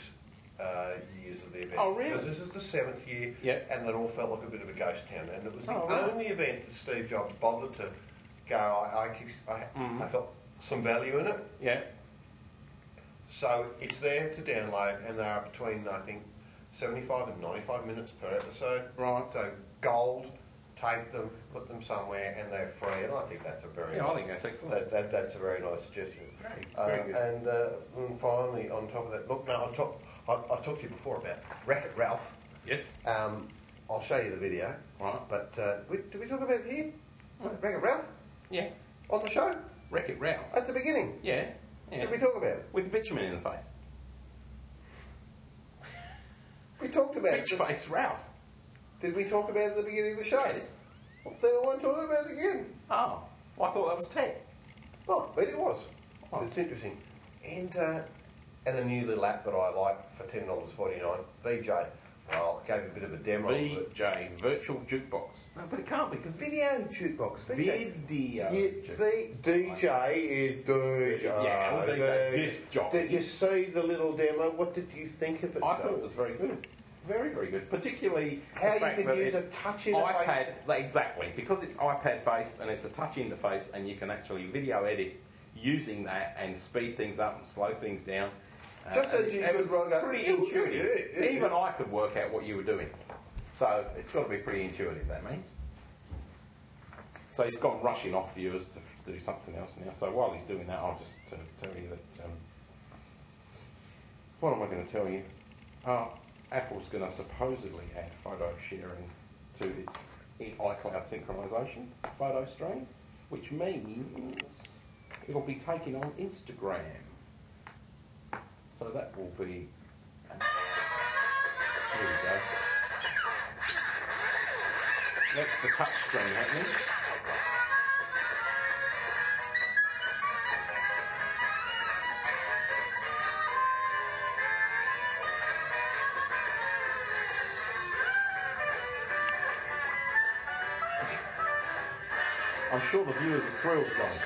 uh, years of the event. Oh, really? Because this is the seventh year, Yep. and it all felt like a bit of a ghost town. And it was the Oh, right. only event that Steve Jobs bothered to go. I I, kick- I, I felt some value in it. Yeah. So it's there to download, and they are between I think seventy-five and ninety-five minutes per episode. Right. So gold, take them, put them somewhere, and they're free. And I think that's a very Yeah, I nice- think that's That, excellent. that, that's a very nice suggestion. Great, Uh, very good. And uh, mm, finally, on top of that, look, now I talked I, I talked to you before about Racket Ralph. Yes. Um, I'll show you the video. Right. But uh, we, did we talk about it here? Racket Ralph Yeah. on the show Wreck it Ralph. at the beginning. Yeah. Yeah. Did we talk about it? With bitumen in the face. We talked about Bitch it. face Ralph. Did we talk about it at the beginning of the show? Yes. Well, then I want to talk about it again. Oh. Well, I thought that was tech. Oh, but it was. Oh. It's interesting. And uh, and a new little app that I like for ten dollars forty nine, VJ. Well, I gave you a bit of a demo of it. VJ, virtual jukebox. No, but it can't because it's Video jukebox. Video. Yeah, video. v- DJ is DJ. Yeah, well, there you go. The- Disc jockey. Did you see the little demo? What did you think of it? I though? thought it was very good. Very, very good. Particularly uh, How the you fact can that use a it's touch interface. iPad. like, Exactly. Because it's iPad based and it's a touch interface and you can actually video edit using that and speed things up and slow things down. Uh, Just and as you it could was roll out- pretty Yeah, yeah, intuitive. yeah, yeah. Even I could work out what you were doing. So it's got to be pretty intuitive, that means. So he's gone rushing off viewers to do something else now. So while he's doing that, I'll just uh, tell you that. Um, what am I going to tell you? Oh, Apple's going to supposedly add photo sharing to its iCloud synchronization photo stream, which means it'll be taken on Instagram. So that will be. Here we go. That's the touch screen happening. I'm sure the viewers are thrilled, guys.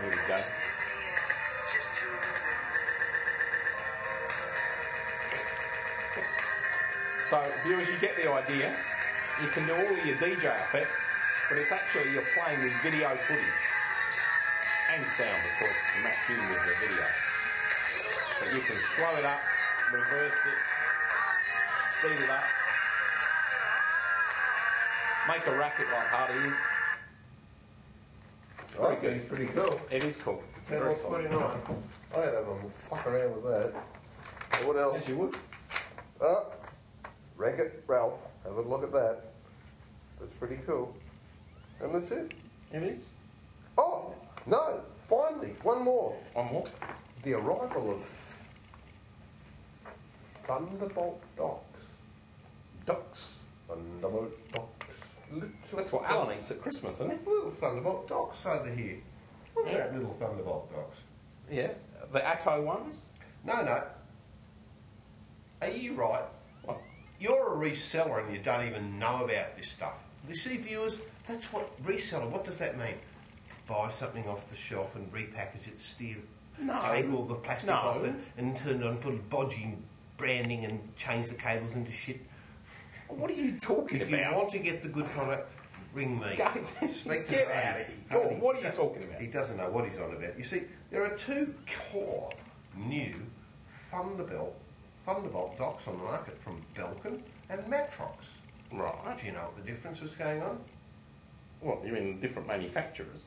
Here we go. So, viewers, you get the idea. You can do all of your DJ effects, but it's actually you're playing with video footage and sound, of course, to match in with the video. But you can slow it up, reverse it, speed it up, make a racket like Hardy is. I think it's pretty cool. It is cool. It's Ten very dollars cool. forty nine. I had a fuck around with that. What else? Yes, you would. Oh, Racket Ralph. Have a look at that. That's pretty cool. And that's it. It is. Oh, no, finally, one more. One more. The arrival of Thunderbolt Docs. Ducks. Thunderbolt Docs. Little That's what Alan eats at Christmas, isn't it? Little Thunderbolt Docs over here. Look at Yeah. that little Thunderbolt Docs. Yeah. The Atto ones? No, no. Are you right? What? You're a reseller and you don't even know about this stuff. You see, viewers, that's what reseller. What does that mean? Buy something off the shelf and repackage it, steal, No. take all the plastic No. off it, and turn it on, put bodgy branding and change the cables into shit. What are you talking If you about? want to get the good product, ring me. Guys, Speak to get Tony. out of here. Tony, What- what are you that- talking about? He doesn't know what he's on about. You see, there are two core new Thunderbolt Thunderbolt docks on the market from Belkin and Matrox. Right. Do you know what the difference is going on? Well, you mean different manufacturers?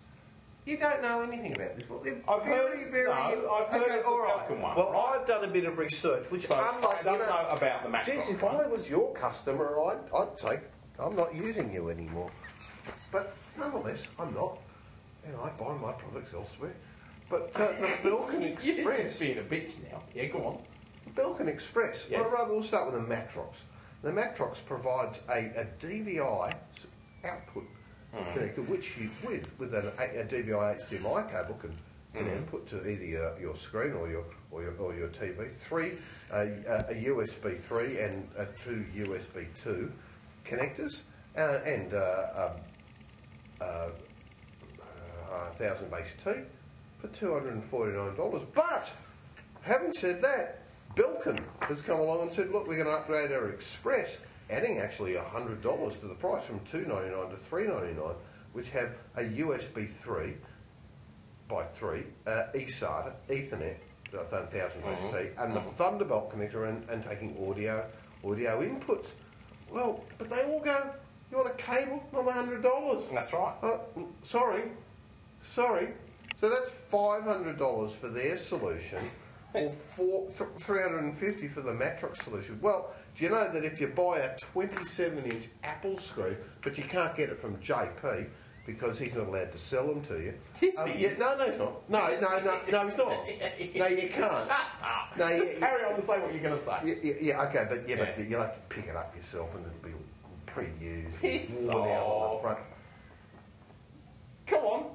You don't know anything about this. Well, they're I've very, heard- very. no, I've heard okay, it's a all right. Belkin one. Well, I've done a bit of research, which So, unlike I don't you know, about the Mac. Jeez, if I was your customer, I'd, I'd say, I'm not using you anymore. But nonetheless, I'm not. And I buy my products elsewhere. But uh, the Belkin You're just Express. being a bitch now. Yeah, go on. Belkin Express. Yes. Or rather, we'll start with the Matrox. The Matrox provides a, a DVI s- output connector, which you with with an, a, a DVI HDMI cable can, can input to either your, your screen or your or your, or your TV. Three a, a a USB three and uh two USB two connectors uh, and uh, a, a, a thousand base T for two hundred and forty nine dollars. But having said that, Belkin has come along and said, look, we're going to upgrade our Express, adding actually hundred dollars to the price from two ninety nine to three ninety nine, which have a USB three by three uh, eSATA Ethernet. uh, Thousand base T and the Thunderbolt connector and, and taking audio audio inputs. Well, but they all go. You want a cable? Not hundred dollars. That's right. Uh, mm, sorry, sorry. So that's five hundred dollars for their solution, or four, th- three hundred and fifty for the Matrox solution. Well, do you know that if you buy a twenty-seven inch Apple screen, but you can't get it from JP because he's not allowed to sell them to you. Yes, Um, he yeah, is. no, no, he's not. No, no, no, no, he's not. No, you can't. Shut up. No, Just you- carry on and say what you're going to say. Yeah, yeah, yeah, okay, but yeah, Yeah. but you'll have to pick it up yourself, and it'll be pre-used, Piss worn out on the off. front. Come on.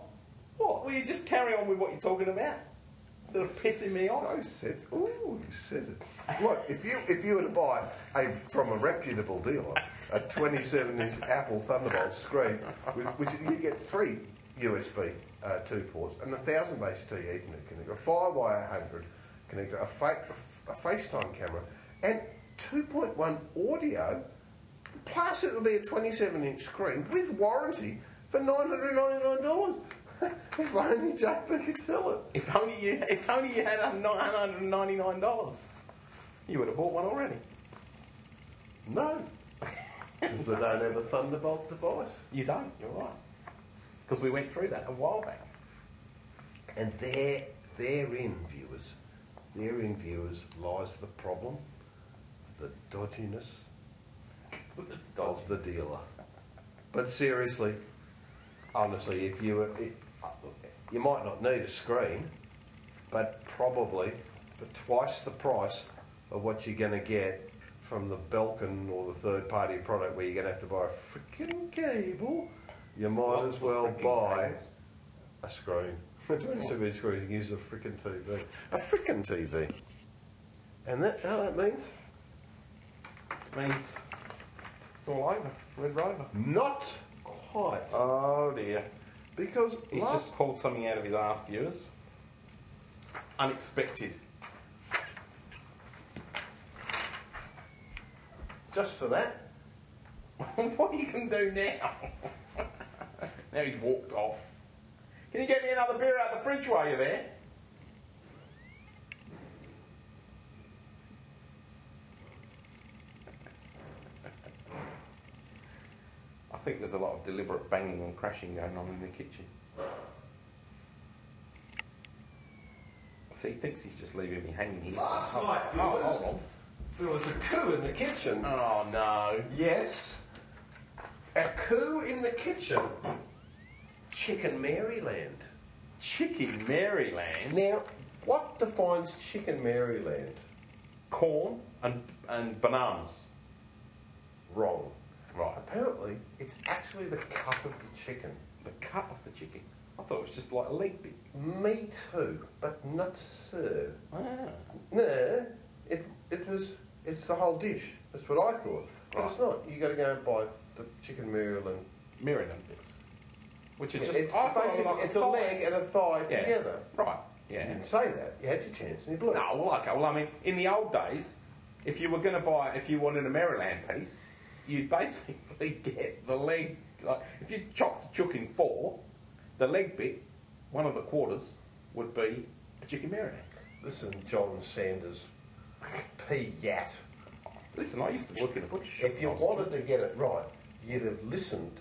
What? Will you just carry on with what you're talking about? Instead of pissing me off. So said, ooh, he says it. Look, if you if you were to buy a from a reputable dealer a 27-inch Apple Thunderbolt screen, with, which you get three USB uh, two ports and a thousand base T Ethernet connector, a FireWire 100 connector, a, fa- a FaceTime camera, and 2.1 audio. Plus, it'll be a 27-inch screen with warranty for $999. if only JP could sell it. If only you, if only you had a $999, you would have bought one already. No. Because they don't have a Thunderbolt device. You don't, you're right. Because we went through that a while back. And there, therein, viewers, therein, viewers, lies the problem the dodginess of the dealer. But seriously, honestly, if you were, it, you might not need a screen, but probably for twice the price of what you're going to get from the Belkin or the third party product where you're going to have to buy a freaking cable, you might Lots as of well frickin' buy cables. a screen. A 27 inch screen you can use a freaking TV. A freaking TV. And that, how that means? means it's all over. Red Rover. Not quite. Oh dear. Because He's last just pulled something out of his ass, viewers. Unexpected. just for that, what you can do now? now he's walked off. Can you get me another beer out of the fridge while you're there? I think there's a lot of deliberate banging and crashing going on in the kitchen. See, he thinks he's just leaving me hanging here. Last night, Oh, hold viewers. on. there was a coup in the kitchen. Oh no. Yes. A coup in the kitchen. Chicken Maryland. Chicken Maryland. Now, what defines Chicken Maryland? corn and and bananas. Wrong. Right. Apparently, it's actually the cut of the chicken. The cut of the chicken. I thought it was just like a leg bit. Me too, but not so. Ah. No, it, it was it's the whole dish. That's what I thought, but it's not. You got to go and buy the chicken Maryland. Maryland bits. Which is Yeah, just it's I thought it was basically like it's a thigh. leg and a thigh Yeah. together. Mm. Right. You Yeah. didn't say that. You had your chance and you blew it. No, well okay, well I mean in the old days, if you were gonna buy if you wanted a Maryland piece, you'd basically get the leg like if you chopped a chook in four, the leg bit, one of the quarters, would be a chicken Maryland. Listen, John Sanders, P. Yat. Listen, I used to work in a butcher shop. If you when I was a wanted to get it right, you'd have listened.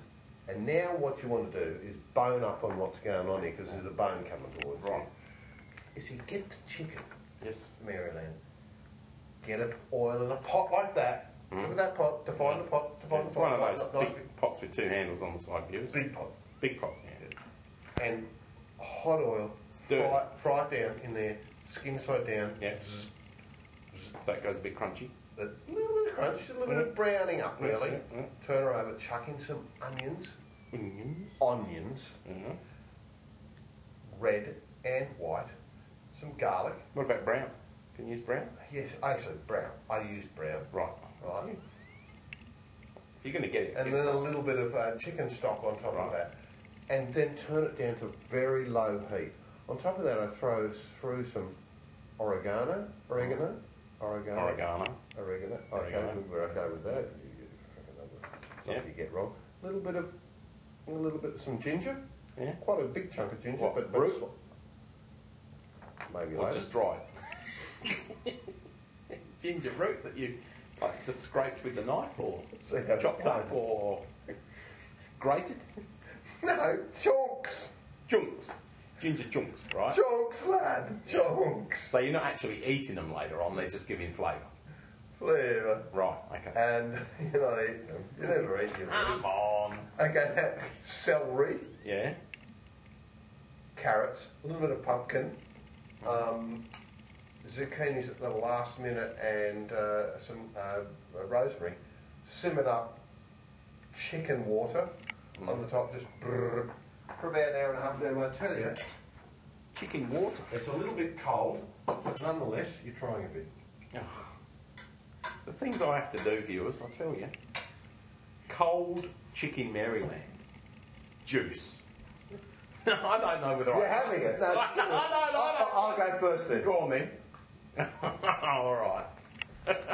And now what you want to do is bone up on what's going on here because there's a bone coming towards you. Right. Is you get the chicken, kid. Yes. Maryland. Get it oil in a pot like that. Look at that pot. Define the pot. Define It's the pot. Hmm? one of those Nice- nice big pots with two handles on the side viewers. big, big pot. Big pot, yeah. And hot oil. do it. Fry, fry it down in there. Skin side down. Yeah. Mm-hmm. So it goes a bit crunchy. A Mm-hmm. little bit of crunch, just a little bit of browning up, really. yeah, yeah. Turn her over, chuck in some onions, onions, Mm-hmm. red and white, some garlic. What about brown? Can you use brown? Yes, actually brown. I used brown. Right. Right. You're going to get it. and then a little bit of uh, chicken stock on top of that, and then turn it down to very low heat. On top of that, I throw through some oregano, oregano, oregano, Oregano. oregano. Okay, Mm-hmm. Oregano. good, we're okay with that. You- you- Something Yeah. you get wrong. A little bit of, a little bit of some ginger. Yeah. Quite a big chunk of ginger, What, but, root? but sl- maybe Or later. just dry it. Ginger root that you like just scraped with the knife or See how that chopped up goes. or grated. No, chunks, Chunks. Ginger chunks, right? chunks, lad, chunks, So you're not actually eating them later on, they're just giving flavour. flavour. Right, okay. and you know, eat them. You never eat them. Come on. Okay, now, celery, Yeah. carrots, a little bit of pumpkin, um, zucchinis at the last minute, and uh, some uh, rosemary. Simmered up chicken water on the top, just brrr, for about an hour and a half. Now I tell you, Chicken water. it's a little bit cold, but nonetheless, you're trying a bit. Oh. The things I have to do, viewers, I'll tell you. Cold chicken Maryland. Juice. I don't know whether You're I. having it. No, I it's- know, I know, I know. I'll, I'll go first then. Go on then. All right.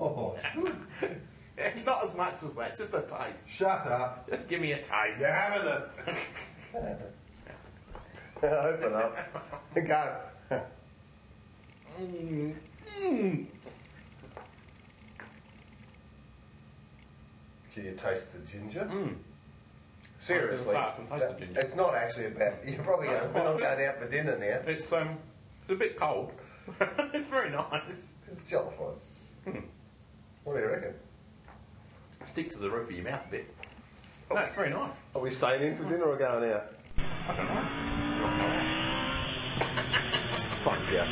Oh, Not as much as that, just a taste. shut up. Just give me a taste. You're having it. Open up. Go. Can you taste the ginger? Seriously, I can taste the that- ginger. it's not actually about. You're probably No, going, it's we're not fine. going out for dinner now. It's um, it's a bit cold. it's very nice. It's jollified. What do you reckon? Stick to the roof of your mouth a bit. Oh. No, it's very nice. Are we staying in for dinner or going out? I don't know. Fuck yeah.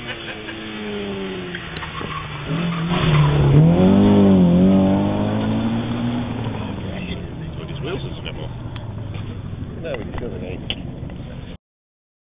No, we should have